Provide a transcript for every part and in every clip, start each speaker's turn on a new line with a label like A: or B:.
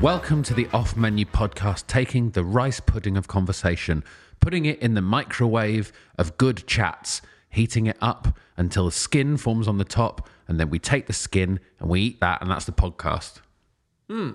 A: Welcome to the Off Menu Podcast, taking the rice pudding of conversation, putting it in the microwave of good chats, heating it up until the skin forms on the top, and then we take the skin and we eat that, and that's the podcast. Hmm.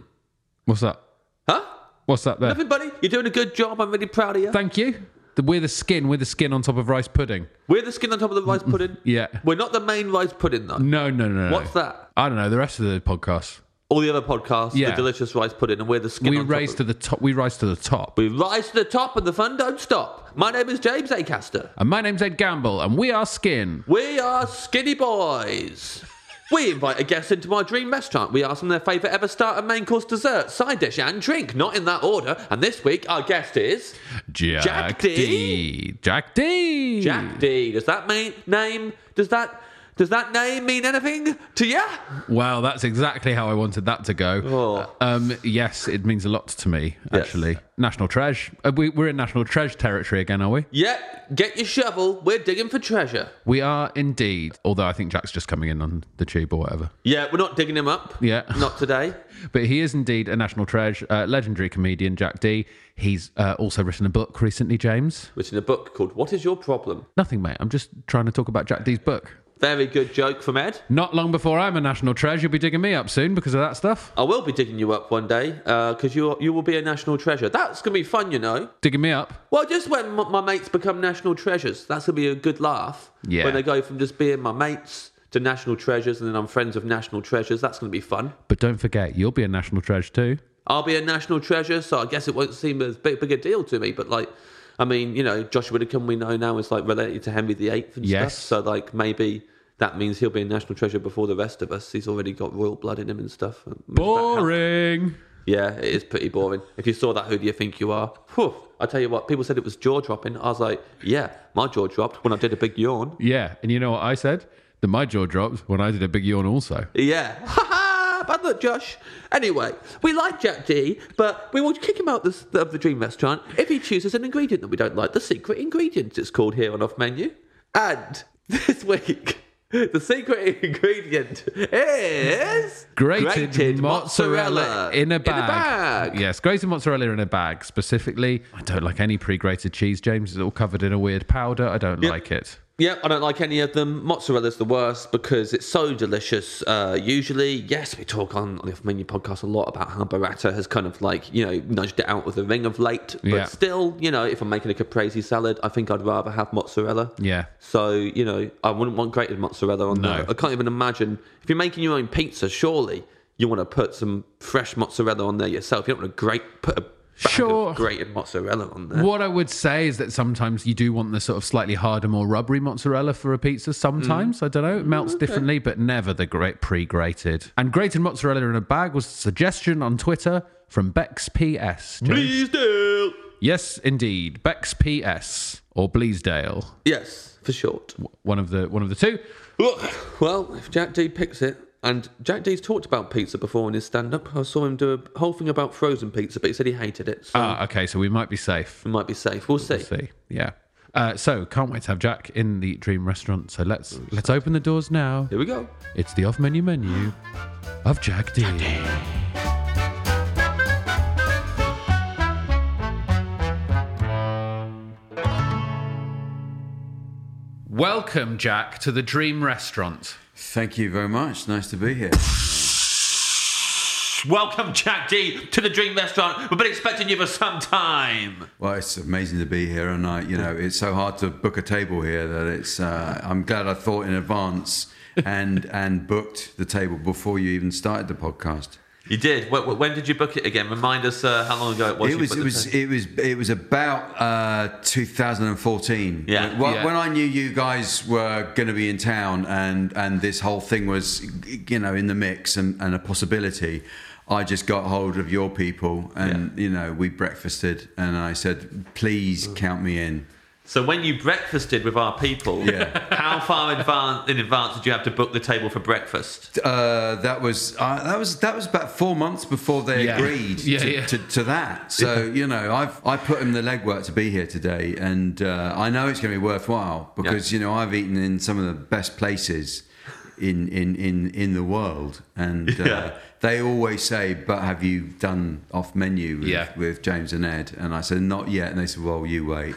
A: What's that?
B: Huh?
A: What's that there?
B: Nothing, buddy. You're doing a good job. I'm really proud of you.
A: Thank you. The- We're the skin, we're the skin on top of rice pudding.
B: We're the skin on top of the rice pudding.
A: Mm, Yeah.
B: We're not the main rice pudding, though.
A: No, no, no, no.
B: What's that?
A: I don't know. The rest of the podcast.
B: All the other podcasts,
A: Yeah.
B: the delicious rice pudding, and we're the skin
A: we
B: on
A: rise
B: top.
A: to
B: of-
A: the top. We rise to the top.
B: We rise to the top and the fun don't stop. My name is James Acaster.
A: and my name's Ed Gamble, and we are skin.
B: We are Skinny Boys. We invite a guest into my dream restaurant. We ask them their favourite ever starter, main course, dessert, side dish, and drink, not in that order. And this week, our guest is
A: Jack,
B: Jack
A: D.
B: D.
A: Jack D.
B: Jack D. Does that mean name? Does that does that name mean anything to you?
A: Well, that's exactly how I wanted that to go. Um, yes, it means a lot to me,
B: Oh. Yes.
A: actually. National Treasure. Uh, we, we're in National Treasure territory again, are we?
B: Yep. Get your shovel. We're digging for treasure.
A: We are indeed. Although I think Jack's just coming in on the tube or whatever.
B: Yeah, we're not digging him up.
A: Yeah.
B: Not today.
A: But he is indeed a National Treasure, uh, legendary comedian, Jack D. He's uh, also written a book recently, James.
B: Which in a book called What Is Your Problem?
A: Nothing, mate. I'm just trying to talk about Jack D's book.
B: Very good joke from Ed.
A: Not long before I'm a National Treasure, you'll be digging me up soon because of that stuff.
B: I will be digging you up one day because you you will be a national treasure. That's going to be fun, you know.
A: Digging me up.
B: Well, just when my, my mates become national treasures, that's going to be a good laugh.
A: Yeah.
B: When they go from just being my mates to national treasures and then I'm friends with national treasures, that's going to be fun.
A: But don't forget, you'll be a National Treasure too.
B: I'll be a national treasure, so I guess it won't seem as big, big a deal to me. But like, I mean, you know, Joshua Widdicombe we know now is like related to Henry VIII and
A: Yes.
B: stuff. So like, maybe that means he'll be a national treasure before the rest of us. He's already got royal blood in him and stuff. Does that help?
A: Boring.
B: Yeah, it is pretty boring. If you saw that, who do you think you are? Whew, I tell you what, people said it was jaw dropping. I was like, yeah, my jaw dropped when I did a big yawn.
A: Yeah, and you know what I said? That my jaw dropped when I did a big yawn also.
B: Yeah. Ha ha! Bad luck, Josh. Anyway, we like Jack D, but we will kick him out this, of the Dream Restaurant if he chooses an ingredient that we don't like. The secret ingredient, it's called here on Off Menu. And this week, the secret ingredient is
A: Grated, mozzarella, in a bag.
B: bag.
A: Yes, grated mozzarella in a bag specifically. I don't like any pre-grated cheese, James. It's all covered in a weird powder. I don't like it.
B: Yep, I don't like any of them. Mozzarella's the worst because it's so delicious. Uh, usually, yes, we talk on, on the Off Menu podcast a lot about how burrata has kind of like, you know, nudged it out of the ring of late. But
A: Yeah.
B: still, you know, if I'm making a caprese salad, I think I'd rather have mozzarella.
A: Yeah.
B: So, you know, I wouldn't want grated mozzarella on
A: No.
B: there. I can't even imagine. If you're making your own pizza, surely you want to put some fresh mozzarella on there yourself. You don't want to grate, put a bag
A: Sure.
B: of grated mozzarella on there.
A: What I would say is that sometimes you do want the sort of slightly harder, more rubbery mozzarella for a pizza. Sometimes, I don't know, it melts differently, but never the great pre grated. And grated mozzarella in a bag was a suggestion on Twitter from Bex PS. James.
B: Please do.
A: Yes, indeed. Bex PS or Bleasdale.
B: Yes, for short.
A: One of the one of the two.
B: Look, well, if Jack D picks it, and Jack D's talked about pizza before in his stand up. I saw him do a whole thing about frozen pizza, but he said he hated it. So
A: Ah, okay, so we might be safe.
B: it might be safe. We'll see.
A: See. Yeah. Uh, so can't wait to have Jack in the Dream Restaurant. So let's let's open the doors now.
B: Here we go.
A: It's the off menu menu of Jack D. Welcome, Jack, to the Dream Restaurant.
C: Thank you very much. Nice to be here.
D: Welcome, Jack D, to the Dream Restaurant. We've been expecting you for some time.
C: Well, it's amazing to be here, and I, you know, it's so hard to book a table here that it's. Uh, I'm glad I thought in advance and and booked the table before you even started the podcast.
D: You did. Wh- wh- When did you book it again? Remind us uh, how long ago it was.
C: It
D: you
C: was
D: booked
C: it
D: the
C: was
D: place.
C: it was it was about uh, 2014.
D: Yeah.
C: When, well,
A: Yeah.
C: when I knew you guys were going to be in town, and and this whole thing was, you know, in the mix and, and a possibility. I just got hold of your people, and you know, we breakfasted, and I said, "Please
D: Mm.
C: count me in."
D: So when you breakfasted with our people,
C: Yeah.
D: how far advan- in advance did you have to book the table for breakfast?
C: Uh, that was uh, that was that was about four months before they
A: Yeah.
C: agreed
A: Yeah,
C: to,
A: yeah.
C: To, to that. So you know, I've I put in the legwork to be here today, and uh, I know it's going to be worthwhile because you know I've eaten in some of the best places in in in in the world, and
D: Yeah.
C: uh, they always say, "But have you done off menu with,
A: Yeah.
C: with James and Ed?" And I said, "Not yet," and they said, "Well, you wait."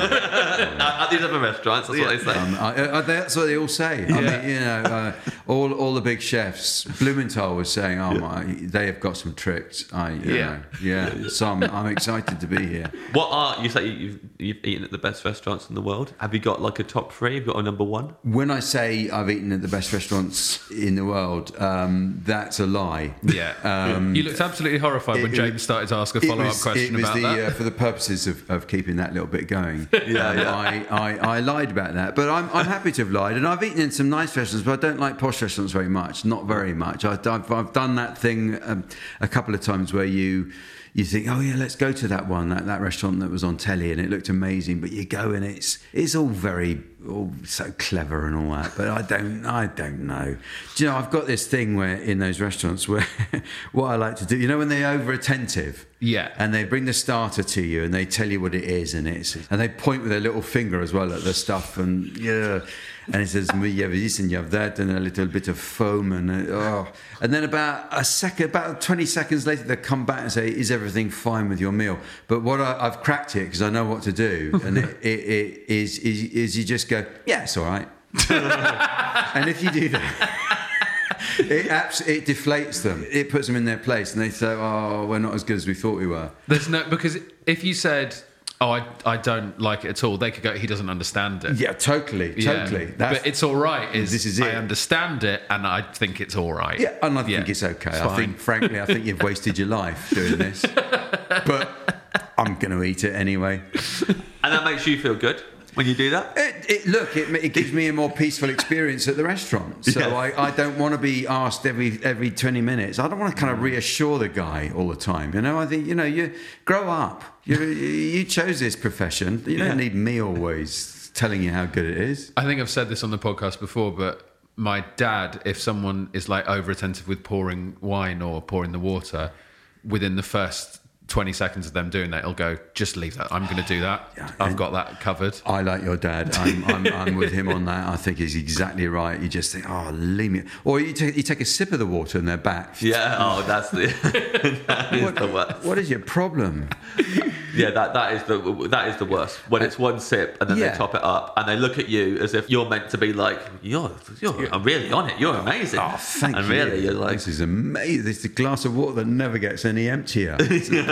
D: At, at these other restaurants, that's what they say.
C: Um, I, I, that's what they all say. I mean, you know, uh, all all the big chefs. Blumenthal was saying, "Oh my, they have got some tricks." I, you
A: Yeah.
C: know, yeah. So I'm, I'm excited to be here.
D: What are you say you've, you've eaten at the best restaurants in the world? Have you got like a top three? You've got a number one?
C: When I say I've eaten at the best restaurants in the world, um, that's a lie.
A: Yeah.
D: Um,
A: you looked absolutely horrified when
C: it-
A: James started to ask a follow up
C: was-
A: question
C: it was
A: about
C: the,
A: that.
C: Uh, for the purposes of, of keeping that little bit going. yeah, I, I, I lied about that, but I'm, I'm happy to have lied. And I've eaten in some nice restaurants, but I don't like posh restaurants very much. Not very much. I, I've, I've done that thing um, a couple of times where you. You think, oh yeah, let's go to that one, that, that restaurant that was on telly, and it looked amazing. But you go and it's it's all very all so clever and all that. But I don't I don't know. Do you know I've got this thing where in those restaurants where what I like to do, you know, when they're over attentive,
A: Yeah.
C: and they bring the starter to you and they tell you what it is and it's and they point with their little finger as well at the stuff and yeah and it says "Well, you have this and you have that and a little bit of foam and uh, oh and then about a second about 20 seconds later they come back and say is everything fine with your meal but what I, I've cracked it because I know what to do and it, it, it is, is is you just go yeah it's all right and if you do that, it, abs- it deflates them. It puts them in their place, and they say, "Oh, we're not as good as we thought we were."
A: There's no because if you said, "Oh, I, I don't like it at all," they could go, "He doesn't understand it."
C: Yeah, totally,
A: Yeah.
C: totally. That's-
A: But it's all right. Is
C: This is
A: I
C: it.
A: understand it, and I think it's all right.
C: yeah, and I think it's okay. I
A: fine.
C: think, frankly, I think you've wasted your life doing this, but I'm going to eat it anyway.
D: And that makes you feel good when you do that?
C: It, it, look, it, it gives me a more peaceful experience at the restaurant. So
D: Yeah.
C: I, I don't want to be asked every every twenty minutes. I don't want to
A: Mm.
C: kind of reassure the guy all the time. You know, I think you know you grow up. You you chose this profession. You don't need me always telling you how good it is.
A: I think I've said this on the podcast before, but my dad, if someone is like over attentive with pouring wine or pouring the water, within the first 20 seconds of them doing that, he'll go, just leave that. I'm going to do that. I've got that covered.
C: I like your dad. I'm, I'm, I'm with him on that. I think he's exactly right. You just think, oh, leave me. Or you take, you take a sip of the water and they're back.
D: Yeah. Oh, that's the, that is the worst.
C: What is your problem?
D: Yeah, that, that is the that is the worst. When it's one sip and then
C: Yeah.
D: they top it up and they look at you as if you're meant to be like, you're, you're I'm really on it. You're amazing.
C: Oh, thank
D: and
C: you.
D: really, you're like,
C: this is amazing. This is a glass of water that never gets any emptier.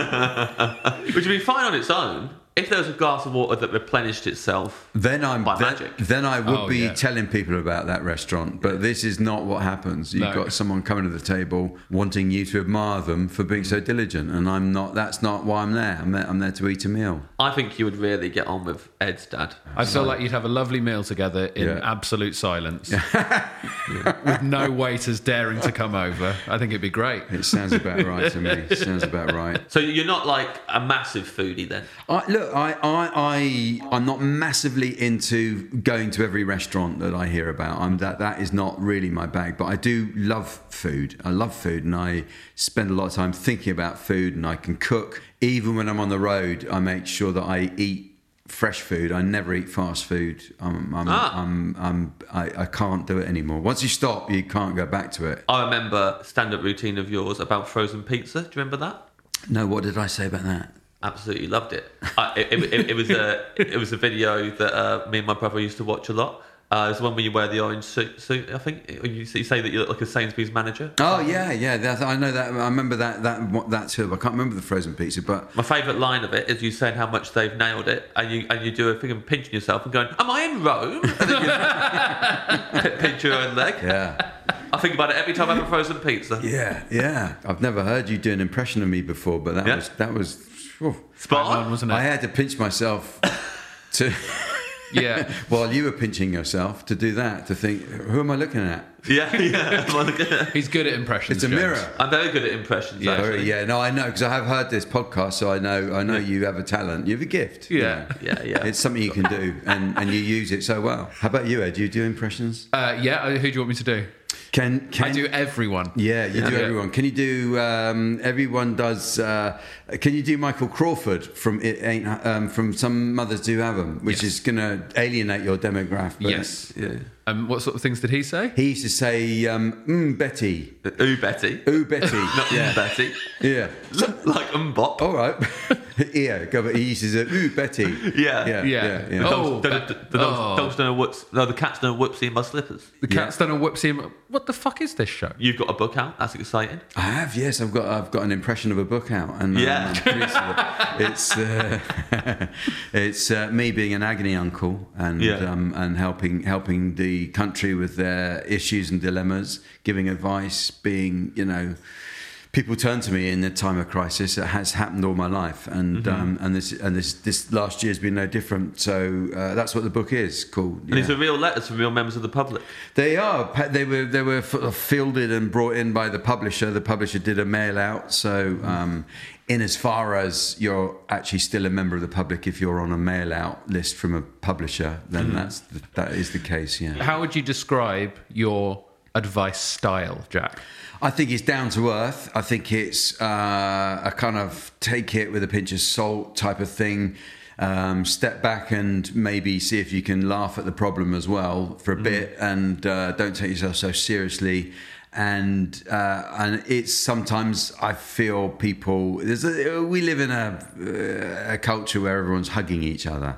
D: which would be fine on its own. If there was a glass of water that replenished itself,
C: Then I'm
D: By
C: then,
D: magic.
C: then I would
A: Oh,
C: be
A: yeah.
C: telling people about that restaurant, but this is not what happens. You've
A: No.
C: got someone coming to the table wanting you to admire them for being so diligent, and I'm not. That's not why I'm there. I'm there, I'm there to eat a meal.
D: I think you would really get on with Ed's dad.
A: I feel like you'd have a lovely meal together in
C: Yeah.
A: absolute silence, with no waiters daring to come over. I think it'd be great.
C: It sounds about right to me. It sounds about right.
D: So you're not like a massive foodie then.
C: I, look, I, I, I, I'm not massively into going to every restaurant that I hear about. I'm that that is not really my bag, but I do love food. I love food, and I spend a lot of time thinking about food, and I can cook. Even when I'm on the road, I make sure that I eat fresh food. I never eat fast food. I'm, I'm, I'm, I'm, I, I can't do it anymore. Once you stop, you can't go back to it.
D: I remember stand-up routine of yours about frozen pizza. Do you remember that?
C: No, what did I say about that?
D: Absolutely loved it. I, it, it, it, it was a it was a video that uh, me and my brother used to watch a lot. Uh, it's the one where you wear the orange suit. suit I think or you, say- you say that you look like a Sainsbury's manager.
C: Oh yeah, yeah. That, I know that. I remember that. That what that too. I can't remember the frozen pizza, but
D: My favourite line of it is you saying how much they've nailed it, and you and you do a thing and pinching yourself and going, "Am I in Rome?" And then you pinch your own leg.
C: yeah.
D: I think about it every time I have a frozen pizza.
C: Yeah, yeah. I've never heard you do an impression of me before, but that
D: Yeah.
C: was that was. phew.
D: Spot
A: Mine,
D: on.
A: wasn't it?
C: I had to pinch myself to
A: yeah.
C: while you were pinching yourself to do that to think who am I looking at?
D: Yeah, yeah.
A: He's good at impressions.
C: It's a
A: James.
C: mirror.
D: I'm very good at impressions.
C: Yeah,
D: actually.
C: yeah. No, I know because I have heard this podcast, so I know I know you have a talent. You have a gift. you
A: Yeah.
C: know.
D: Yeah, yeah.
C: It's something you can do, and and you use it so well. How about you, Ed? Do you do impressions?
A: Uh, yeah. Who do you want me to do?
C: Can can
A: I do everyone.
C: Yeah, you do
A: Yeah.
C: everyone. Can you do um, everyone does? Uh, can you do Michael Crawford from it ain't um, from some mothers do have 'Em, which
A: Yes.
C: is going to alienate your demographic.
A: Yes.
D: yeah.
A: Um, what sort of things did he say?
C: He used to say, um, mm, Betty,
D: Ooh, Betty.
C: ooh Betty,
D: Not yeah. Betty.
C: yeah.
D: like Mbop.
C: All right, yeah. Go, but he used to say, ooh Betty,
D: Yeah.
C: yeah, yeah.
A: Yeah.
C: yeah.
A: Oh.
D: Dogs- The,
A: that-
D: the, the dogs,
A: oh.
D: dogs don't know whoops. No, the cats don't know whoopsie in my slippers.
A: The cat's done a whoopsie. and- What the fuck is this show?
D: You've got a book out. That's exciting.
C: I have, yes. I've got, I've got an impression of a book out, and um,
D: Yeah.
C: I'm pleased with it. it's, uh, it's uh, me being an agony uncle and
D: Yeah.
C: um, and helping helping the country with their issues and dilemmas, giving advice, being you know. People turn to me in a time of crisis. It has happened all my life, and
D: Mm-hmm.
C: um, and this and this this last year has been no different. So uh, that's what the book is called.
D: And
C: yeah.
D: these are real letters from real members of the public.
C: They are. Pa- They were. They were f- fielded and brought in by the publisher. The publisher did a mail out. So, um, in as far as you're actually still a member of the public, if you're on a mail out list from a publisher, then that's the, that is the case. Yeah.
A: How would you describe your advice style, Jack?
C: I think it's down to earth. I think it's uh, a kind of take it with a pinch of salt type of thing. Um, step back and maybe see if you can laugh at the problem as well for a bit, and uh, don't take yourself so seriously. And uh, and it's sometimes I feel people. There's a, we live in a a culture where everyone's hugging each other,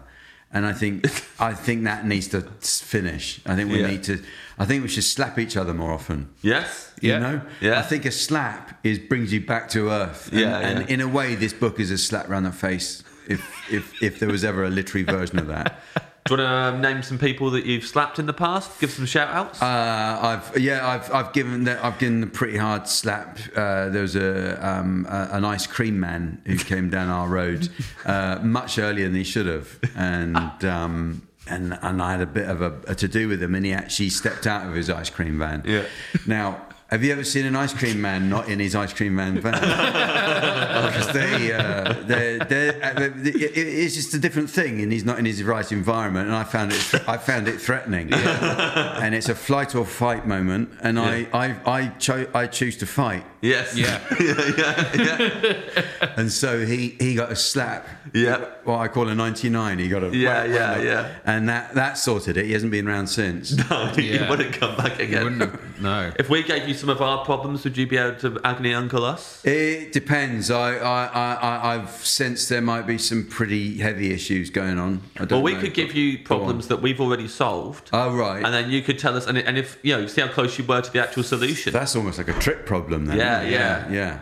C: and I think I think that needs to finish. I think we
D: Yeah.
C: need to. I think we should slap each other more often.
D: Yes.
A: Yeah.
C: You know,
D: Yeah.
C: I think a slap is brings you back to earth. And,
D: Yeah,
C: and
D: yeah.
C: in a way, this book is a slap round the face. If if if there was ever a literary version of that,
D: Do you want to name some people that you've slapped in the past? Give some shout outs.
C: uh, I've yeah, I've I've given the, I've given the pretty hard slap. Uh, there was a, um, a an ice cream man who came down our road uh, much earlier than he should have, and. Um, and, and I had a bit of a, a to do with him, and he actually stepped out of his ice cream van.
D: Yeah.
C: Now, have you ever seen an ice cream man not in his ice cream man van? Because they, uh, they're, they're, uh, it- it- it's just a different thing, and he's not in his right environment. And I found it, I found it threatening. And it's a flight or fight moment, and I, I, I, cho- I choose to fight.
D: yes.
A: Yeah.
C: And so he, he got a slap.
D: Yeah.
C: What I call a 99. He got a
D: Yeah,
C: whack,
D: yeah,
C: whack.
D: yeah.
C: And that, that sorted it. He hasn't been around since.
D: you wouldn't come back
A: You wouldn't
D: again.
A: have. No.
D: If we gave you some of our problems, would you be able to agony uncle us?
C: It depends. I, I, I, I- I've sensed there might be some pretty heavy issues going on. I don't
D: Well, we
C: know,
D: could
C: but-
D: give you
C: Go on.
D: problems that we've already solved.
C: Oh, right.
D: And then you could tell us, and, and if, you know, see how close you were to the actual solution.
C: That's almost like a trick problem then.
D: Yeah,
C: isn't it?
D: yeah.
C: yeah.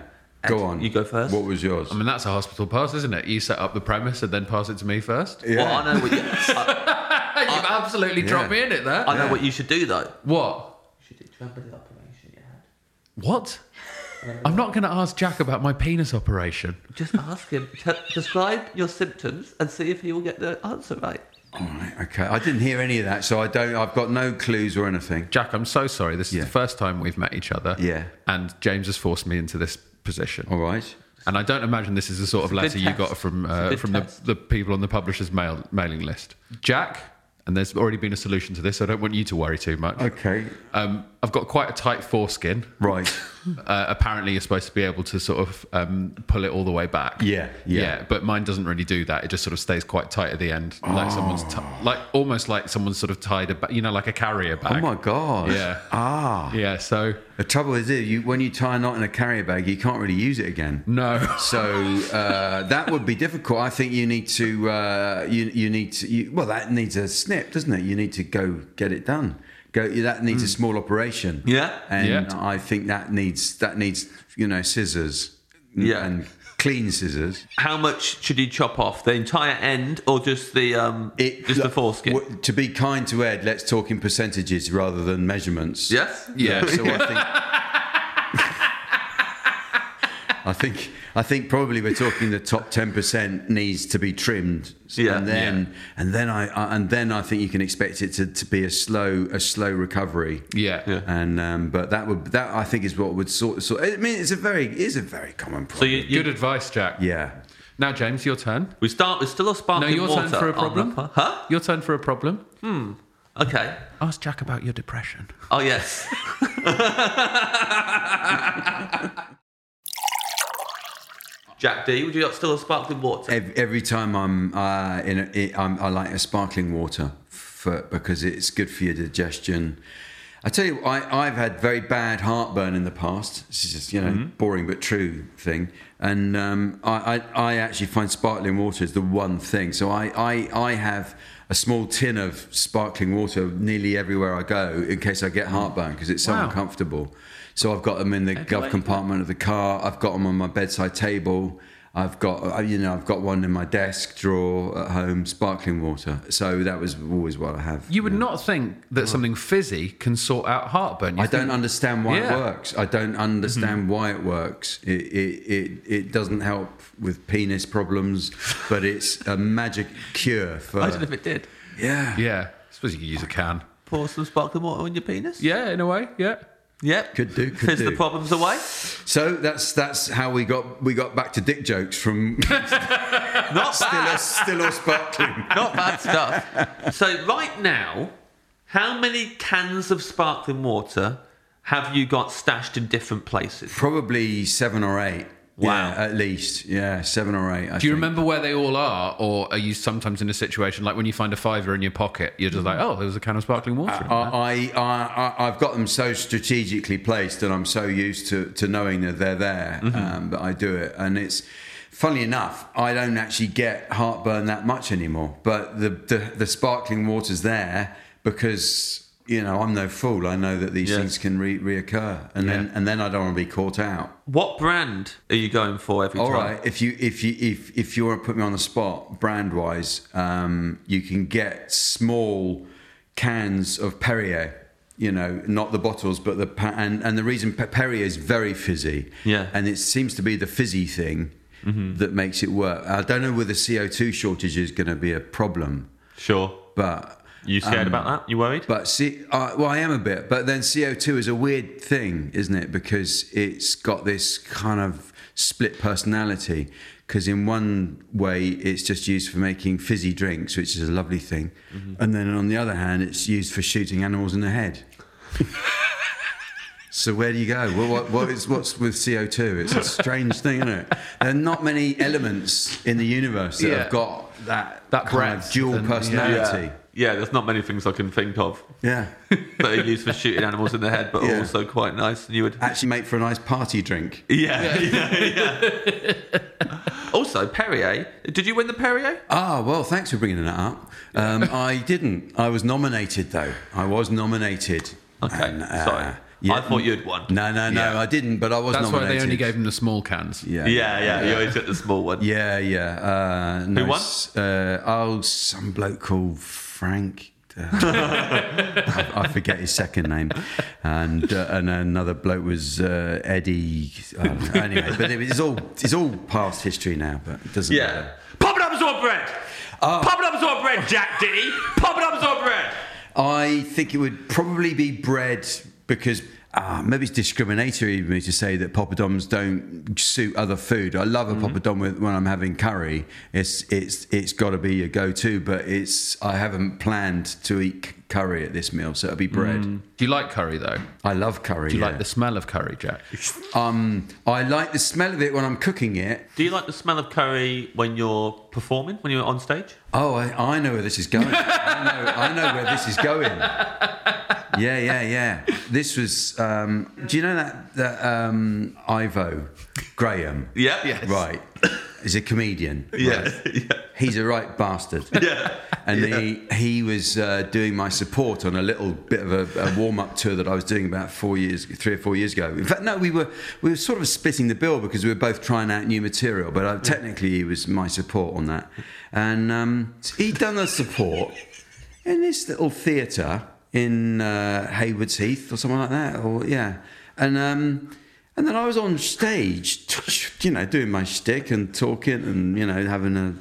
C: Go on.
D: You go first.
C: What was yours?
A: I mean, that's a hospital pass, isn't it? You set up the premise and then pass it to me first.
C: yeah.
D: Well, I know what you, I,
A: You've absolutely dropped me in it there.
D: I know what you should do though.
A: what?
D: You should do, do you remember the operation you had?
A: What? I'm not going to ask Jack about my penis operation.
D: Just ask him. T- describe your symptoms and see if he will get the answer right.
C: All right, okay. I didn't hear any of that, so I don't. I've got no clues or anything.
A: Jack, I'm so sorry. This is
C: Yeah.
A: the first time we've met each other.
C: Yeah.
A: And James has forced me into this position.
C: All right.
A: And I don't imagine this is the sort of
D: a good
A: letter you got
D: test.
A: from
D: It's a
A: uh,
D: good
A: from the,
D: test.
A: the people on the publisher's mail, mailing list. Jack, and there's already been a solution to this. So I don't want you to worry too much.
C: Okay.
A: Um, I've got quite a tight foreskin.
C: Right.
A: Uh, apparently, you're supposed to be able to sort of um, pull it all the way back.
C: Yeah, yeah.
A: But mine doesn't really do that. It just sort of stays quite tight at the end, like someone's t- like almost like someone's sort of tied a ba- you know like a carrier bag.
C: Oh my god.
A: Yeah.
C: Ah.
A: Yeah. So
C: The trouble is, if you, when you tie a knot in a carrier bag, you can't really use it again.
A: no.
C: So uh, that would be difficult. I think you need to. Uh, you you need to. You, well, that needs a snip, doesn't it? You need to go get it done. Go. That needs a small operation.
D: Hmm. Yeah.
C: And
A: Yeah.
C: I think that needs that needs you know scissors.
D: Yeah.
C: And clean scissors.
D: How much should you chop off? The entire end or just the um just the
C: look,
D: foreskin?
C: w- to be kind to Ed, let's talk in percentages rather than measurements.
D: yes.
A: Yeah.
C: So I think. I think I think probably we're talking the top ten percent needs to be trimmed,
D: Yeah.
C: and then and then I, I and then I think you can expect it to, to be a slow a slow recovery.
A: Yeah.
C: And um, but that would that I think is what would sort sort. I mean, it's a very it is a very common
D: So
C: problem.
D: you, you
A: Good advice, Jack.
C: yeah.
A: Now, James, your turn.
D: we start with still a
A: No,
D: sparkling
A: your
D: water. Oh,
A: turn for a
D: on the
A: problem.
D: pu- huh?
A: Your turn for a problem.
D: Okay.
A: Ask Jack about your depression.
D: Oh yes. Jack D, would you like still a sparkling water?
C: Every, every time I'm uh, in, a, it, I'm, I like a sparkling water for, because it's good for your digestion. I tell you, I, I've had very bad heartburn in the past. This is just you know
A: Mm-hmm.
C: boring but true thing, and um, I, I I actually find sparkling water is the one thing. So I, I I have a small tin of sparkling water nearly everywhere I go in case I get heartburn because it's so
A: Mm. Wow.
C: uncomfortable. So I've got them in the glove compartment of the car. I've got them on my bedside table. I've got uh, you know I've got one in my desk drawer at home, sparkling water. So that was always what I have.
A: You would not think that something fizzy can sort out heartburn. You
C: I don't understand why
A: Yeah. Mm-hmm.
C: it works. I don't understand why it works. It, it it it doesn't help with penis problems, but it's a magic cure for
D: Imagine if it did.
C: yeah.
A: Yeah. I suppose you could use a can.
D: Pour some sparkling water on your penis.
A: Yeah, in a way. Yeah.
D: Yep.
C: Could do, could
D: Fizz the
C: do.
D: problems away.
C: So that's that's how we got we got back to dick jokes from
D: Not
C: still
D: bad.
C: or, still or sparkling.
D: Not bad stuff. So right now, how many cans of sparkling water have you got stashed in different places?
C: Probably seven or eight.
D: Wow.
C: Yeah, at least yeah, seven or eight. I
A: Do you
C: think.
A: remember where they all are, or are you sometimes in a situation like when you find a fiver in your pocket, you're just like, oh, there's a can of sparkling water. in there."
C: I, I, I, I- I've got them so strategically placed, and I'm so used to, to knowing that they're there um, that I do it. And it's funny enough, I don't actually get heartburn that much anymore. But the the, the sparkling water's there because you know I'm no fool. I know that these
D: Yeah.
C: things can re- reoccur, and then and then I don't want to be caught out.
D: What brand are you going for every
C: All
D: time?
C: right. If you if you if if you want to put me on the spot, brand wise, um, you can get small cans of Perrier. You know, not the bottles, but the pa- and and the reason Pe- Perrier is very fizzy.
D: Yeah. Mm-hmm.
C: And it seems to be the fizzy thing that makes it work. I don't know whether CO two shortage is going to be a problem,
D: Sure.
C: but
D: You scared about that? You worried?
C: Um, but see, I well, I am a bit. But then CO two is a weird thing, isn't it? Because it's got this kind of split personality. Because in one way, it's just used for making fizzy drinks, which is a lovely thing,
A: Mm-hmm.
C: and then on the other hand, it's used for shooting animals in the head. So where do you go? Well, what, what is what's with CO two? It's a strange thing, isn't it? There are not many elements in the universe that
A: Yeah.
C: have got that
A: That
C: kind
A: breadth
C: of dual
A: and- yeah.
C: personality.
D: Yeah, there's not many things I can think of
C: yeah.
D: that are used for shooting animals in the head, but are
C: Yeah.
D: also quite nice. And you would.
C: actually make for a nice party drink.
D: Yeah. yeah, yeah. also, Perrier. Did you win the Perrier?
C: Ah, well, thanks for bringing that up. Um, I didn't. I was nominated, though. I was nominated.
D: Okay, sorry. I thought you'd won.
C: No, no, no,
A: Yeah.
C: I didn't. But I was
A: That's why
C: nominated.
A: they only gave him the small cans.
C: Yeah,
D: Yeah, yeah, you always get the small one.
C: yeah, yeah. Uh, no,
D: won?
C: s- Uh, oh, some bloke called Frank. uh, I, I forget his second name, and uh, and another bloke was uh, Eddie. I don't know. anyway, but it- it's all it's all past history now. But it doesn't.
D: Yeah.
C: matter.
D: Pop it up is all bread. Pop it up is all bread, Jack D. Pop it up is all bread.
C: I think it would probably be bread because uh, maybe it's discriminatory of me to say that poppadoms don't suit other food. I love a
A: Mm-hmm.
C: poppadom with, when I'm having curry. It's it's it's got to be a go-to, but it's I haven't planned to eat c- curry at this meal, so it'll be bread.
A: Do you like curry though?
C: I love curry.
A: Mm. Do you
C: yeah.
A: like the smell of curry, Jack?
C: Um, I like the smell of it when I'm cooking it.
D: Do you like the smell of curry when you're performing, when you're on stage?
C: Oh, I, I know where this is going. I know, I know where this is going. Yeah, yeah, yeah. This was. Um, do you know that that um, Ivo Graham?
D: Yeah. Yes.
C: Right. Is a comedian. right?
D: Yeah. yeah.
C: He's a right bastard. Yeah. And he he was uh, doing my support on a little bit of a, a warm up tour that I was doing about four years, three or four years ago. In fact, no, we were we were sort of splitting the bill because we were both trying out new material. But uh, technically, he was my support on that. And um, he'd done the support in this little theatre in uh, Haywards Heath or something like that. Or yeah, and um, and then I was on stage, you know, doing my shtick and talking and you know having a.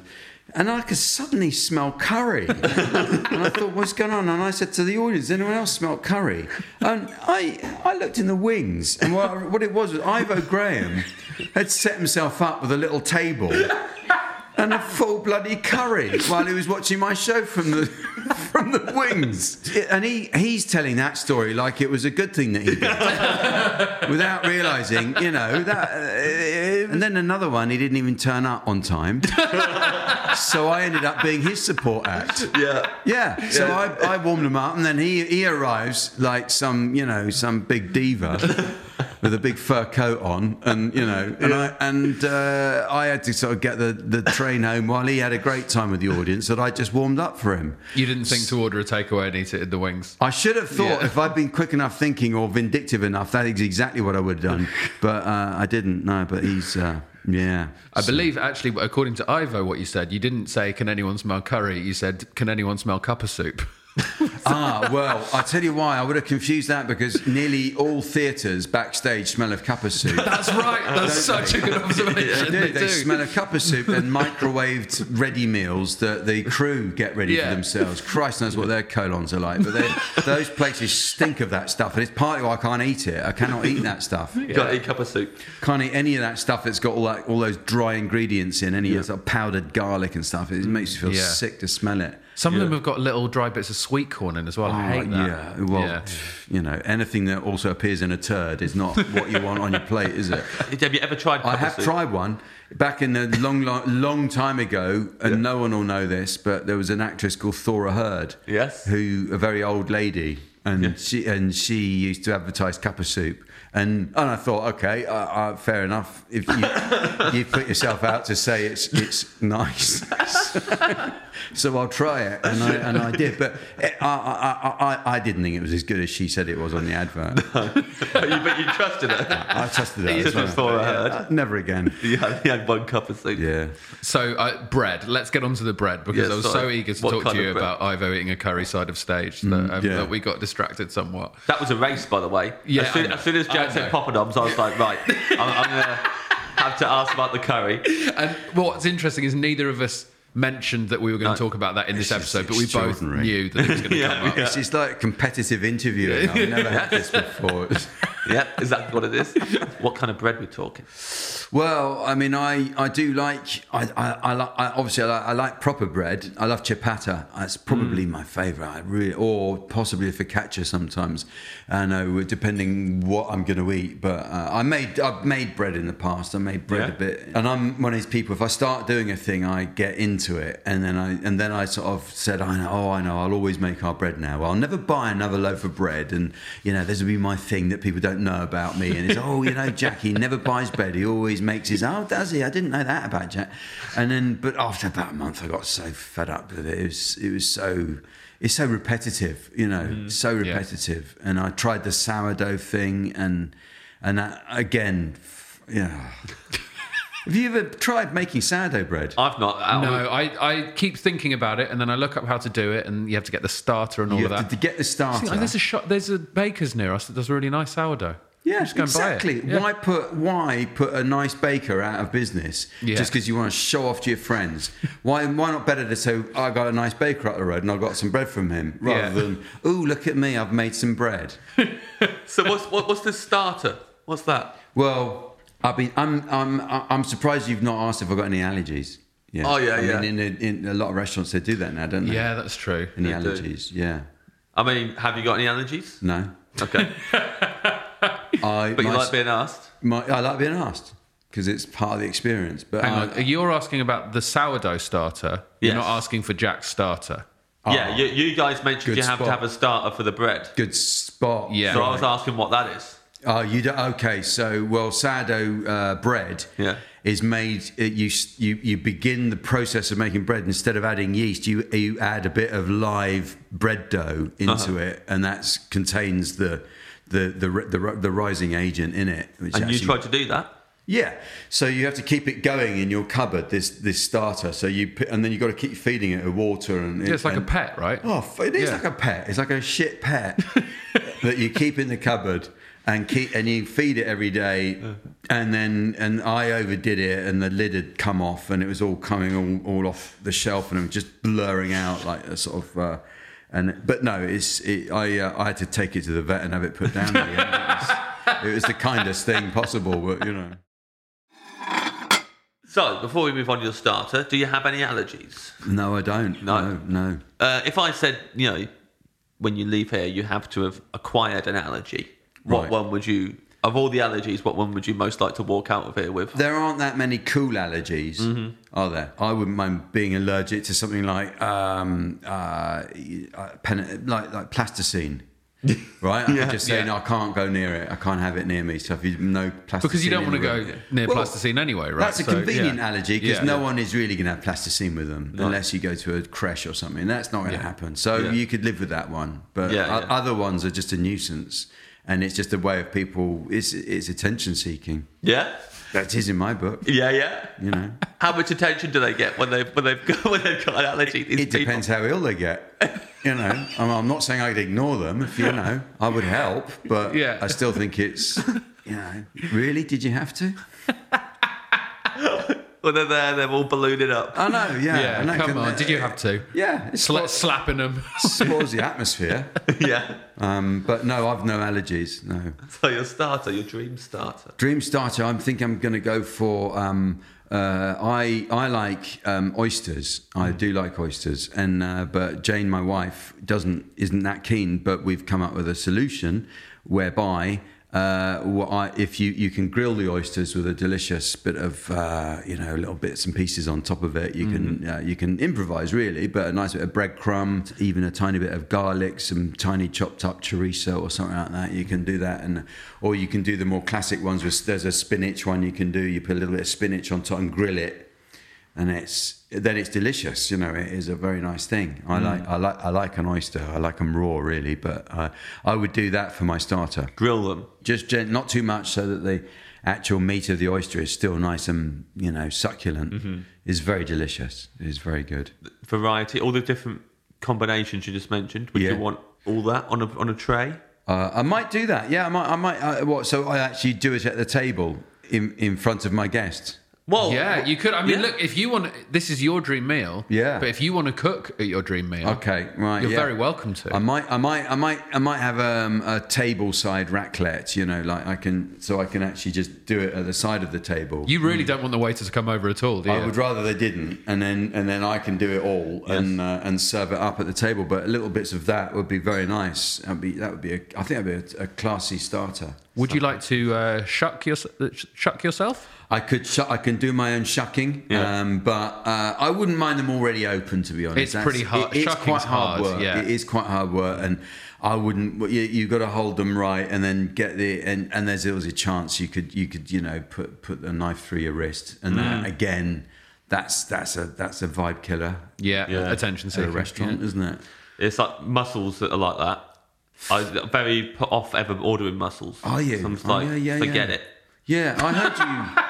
C: And I could suddenly smell curry. and I thought, what's going on? And I said to the audience, anyone else smell curry? And I, I looked in the wings, and what, what it was was Ivo Graham had set himself up with a little table and a full bloody curry while he was watching my show from the from the wings. And he he's telling that story like it was a good thing that he did, without realizing, you know that. uh, and then another one, he didn't even turn up on time. So I ended up being his support act.
D: Yeah.
C: Yeah. So I, I warmed him up, and then he he arrives like some you know some big diva. With a big fur coat on, and you know, and I and uh, I had to sort of get the, the train home while he had a great time with the audience that I just warmed up for him.
A: You didn't think to order a takeaway and eat it in the wings.
C: I should have thought
A: Yeah.
C: if I'd been quick enough thinking or vindictive enough, that is exactly what I would have done. But uh, I didn't. No, but he's uh, yeah.
A: I believe, actually, according to Ivo, what you said, you didn't say, "Can anyone smell curry?" You said, "Can anyone smell cuppa soup?"
C: ah, well, I tell you why I would have confused that because nearly all theatres backstage smell of cuppa soup.
A: That's right. That's such a good
C: They
A: observation.
C: do.
A: They
C: They smell
A: do.
C: of cup of soup and microwaved ready meals that the crew get ready
A: Yeah.
C: for themselves. Christ knows what their colons are like, but they- those places stink of that stuff, and it's partly why I can't eat it. I cannot eat that stuff.
D: Got a cup of soup.
C: Can't eat any of that stuff that's got all that, all those dry ingredients in, any of that powdered garlic and stuff. It makes you feel
A: Yeah.
C: sick to smell it. Oh,
A: Some of them have got little dry bits of sweet corn in as well. I hate that.
C: Yeah, well,
A: Yeah.
C: you know, anything that also appears in a turd is not what you want on your plate, is it?
D: Have you ever tried?
C: I
D: cup
C: have
D: of soup?
C: tried one back in a long, long, long time ago, and no one will know this, but there was an actress called Thora Hurd.
D: Yes.
C: Who, a very old lady, and she and she used to advertise cup of soup. And, and I thought, okay, uh, uh, fair enough. If you, you put yourself out to say it's it's nice, so I'll try it, and I, and I did. But it, I, I, I- I, I didn't think it was as good as she said it was on the advert.
D: but, you, but you trusted it.
C: I trusted that.
D: You
C: as well.
D: just Thora Hurd.
C: Uh, Never again.
D: You had, you had one cup of soup.
C: Yeah.
A: So uh, bread. Let's get on to the bread because
D: Yeah,
A: I was so
D: sorry.
A: eager to
D: What
A: talk
D: kind
A: to you
D: of bread?
A: about Ivo eating a curry side of stage that, um,
C: yeah.
A: that we got distracted somewhat.
D: That was a race, by the way.
A: Yeah,
D: As soon
A: I
D: as,
A: know.
D: soon as Jack
A: I
D: said
A: know.
D: poppadoms, I was like, right, I'm, I'm gonna have to ask about the curry.
A: And what's interesting is neither of us mentioned that we were going to talk about that in this
C: just
A: episode, but we both
C: extraordinary.
A: knew that it was going to come up.
C: It's, it's like competitive interviewing. I've never had this before.
D: Yep, exactly what it is. What kind of bread we're talking?
C: well, I mean, I, I do like I I, I, li- I obviously I like, I like proper bread. I love ciabatta. That's probably my favourite. I really or possibly a focaccia sometimes. I know depending what I'm going to eat. But uh, I made I've made bread in the past. I made bread
D: Yeah.
C: a bit, and I'm one of these people. If I start doing a thing, I get into it, and then I and then I sort of said, I know, oh, I know, I'll always make our bread now. I'll never buy another loaf of bread, and you know, this will be my thing that people don't know about me. And it's oh, you know, Jackie never buys bread. He always makes his. Oh, does he? I didn't know that about Jack. And then, but after about a month, I got so fed up with it. It was it was so. it's so repetitive, you know, so repetitive. And I tried the sourdough thing, and and that, again, f- yeah. Have you ever tried making sourdough bread?
D: I've not. I,
A: No, I, I keep thinking about it, and then I look up how to do it, and you have to get the starter and all
C: you
A: of
C: have
A: that.
C: to, to get the starter.
A: Oh, there's a shop. There's a baker's near us that does really nice sourdough.
C: Yeah,
A: just go and buy it.
C: exactly.
A: Yeah.
C: Why put why put a nice baker out of business
A: Yeah.
C: just because you want to show off to your friends? Why why not better to say I got a nice baker up the road and I got some bread from him rather
A: Yeah.
C: than oh look at me I've made some bread.
D: so what's what, what's this starter? What's that?
C: Well, I've been I'm I'm I'm surprised you've not asked if I got any allergies. Yeah.
D: Oh, yeah,
C: I
D: yeah.
C: Mean, in, a, in a lot of restaurants they do that now, don't they?
A: Yeah, that's true.
C: Any
D: They do.
C: allergies? Yeah.
D: I mean, have you got any allergies?
C: No.
D: Okay,
C: I
D: but you
C: my-
D: like being asked.
C: my- I like being asked because it's part of the experience. But
A: Hang
C: I-
A: on. You're asking about the sourdough starter. You're
D: Yes.
A: not asking for Jack's starter.
D: Yeah, you, you guys
C: Good
D: mentioned you have to
C: spot.
D: have a starter for the bread.
C: good spot.
A: Yeah.
D: So I was asking what that is.
C: Oh, you do, okay? So, well, sourdough uh, bread
D: Yeah.
C: is made. uh, You s- you you begin the process of making bread instead of adding yeast. You you add a bit of live bread dough
D: Uh-huh.
C: into it, and that contains the the the ri- the, ri- the rising agent in it. Which
D: And you
C: actually-
D: tried to do that.
C: yeah. So you have to keep it going in your cupboard. This this starter. So you put, and then you have got to keep feeding it with water and
A: Yeah, it's like
C: and-
A: a pet, right?
C: Oh, f- it is
A: Yeah.
C: like a pet. It's like a shit pet that you keep in the cupboard and keep and you feed it every day. And then and I overdid it, and the lid had come off, and it was all coming all, all off the shelf, and it was just blurring out like a sort of. Uh, and but no, it's it, I uh, I had to take it to the vet and have it put down. again. It was, it was the kindest thing possible, but you know.
D: So before we move on to your starter, do you have any allergies?
C: No, I don't.
D: No.
C: No, no.
D: Uh, if I said, you know, when you leave here, you have to have acquired an allergy. What
C: Right.
D: one would you? Of all the allergies, what one would you most like to walk out of here with?
C: There aren't that many cool allergies,
A: Mm-hmm.
C: are there? I wouldn't mind being allergic to something like um, uh, uh, pen, like like plasticine, right? I could just say
A: Yeah.
C: no, I can't go near it. I can't have it near me. So if you no plasticine,
A: Because you don't want to
C: in the
A: go
C: room.
A: near
C: Well,
A: plasticine anyway, right?
C: That's a
A: So,
C: convenient
A: yeah.
C: allergy because
A: Yeah.
C: no one is really going to have plasticine with them unless you go to a creche or something. That's not going to happen. So
D: Yeah.
C: you could live with that one, but
D: Yeah,
C: o-
D: yeah.
C: other ones are just a nuisance, and it's just a way of people. It's it's attention seeking.
D: Yeah,
C: That is in my book.
D: yeah, yeah.
C: You know.
D: How much attention do they get when they when they've got, when they've got an allergy? These
C: It depends how ill they get. You know, I'm, I'm not saying I'd ignore them. If you know, I would help, but
A: Yeah.
C: I still think it's, you know, really? Did you have to?
D: People. When they're there, they're all ballooning up.
C: I know, yeah. I
A: Yeah,
C: know,
A: come
C: can-
A: on. Did you have to?
C: Yeah, it
A: Sla-
C: spoils,
A: slapping them.
C: spoils the atmosphere.
D: yeah.
C: Um, but no, I've no allergies. No.
D: So your starter, your dream starter.
C: Dream starter. I'm think I'm going to go for. Um, uh, I I like um, oysters. I do like oysters, and uh, but Jane, my wife, doesn't isn't that keen. But we've come up with a solution whereby. Uh, what I, if you, you can grill the oysters with a delicious bit of uh, you know little bits and pieces on top of it, you can uh, you can improvise really, but a nice bit of breadcrumb, even a tiny bit of garlic, some tiny chopped up chorizo or something like that. You can do that, and or you can do the more classic ones. With, there's a spinach one you can do. You put a little bit of spinach on top and grill it, and it's then it's delicious. You know, it is a very nice thing. I like I like I like an oyster. I like them raw really, but uh, I would do that for my starter
D: Grill them.
C: just gen- not too much so that the actual meat of the oyster is still nice and you know succulent
A: Mm-hmm.
C: It's very delicious it's very good
D: Variety. All the different combinations you just mentioned. Would
C: Yeah.
D: you want all that on a on a tray?
C: uh, i might do that yeah i might i might uh, what so i actually do it at the table in in front of my guests
D: Well,
A: Yeah, you could. I mean,
D: Yeah.
A: look, if you want, this is your dream meal.
C: Yeah.
A: But if you want to cook at your dream meal,
C: okay right
A: you're
C: yeah.
A: very welcome to.
C: I might, I might, I might, I might have um, a table side raclette. You know, like I can, so I can actually just do it at the side of the table.
A: you really don't want the waiter to come over at all, do you?
C: I would rather they didn't, and then and then I can do it all and uh, and serve it up at the table. But little bits of that would be very nice. That'd be that would be a, I think that'd be a, a classy starter.
A: Would you like to uh, shuck, your, shuck yourself?
C: I could shu- I can do my own shucking,
D: Yeah.
C: um, but uh, I wouldn't mind them already open. To be honest,
A: It's pretty hard-
C: it's
A: shucking's
C: quite hard,
A: hard,
C: work.
A: yeah.
C: It is quite hard work, and I wouldn't. well, You, you got to hold them right, and then get the and, and there's always a chance you could you could you know put put a knife through your wrist, and
A: Mm.
C: that again, that's that's a that's a vibe killer.
A: Yeah, attention
C: at a
A: seeking.
C: restaurant, isn't it?
D: It's like mussels that are like that. I'm Uh, very put off ever ordering mussels.
C: Are you?
D: I'm just
C: Oh,
D: like,
C: yeah, yeah,
D: forget
C: yeah.
D: it.
C: Yeah, I heard you.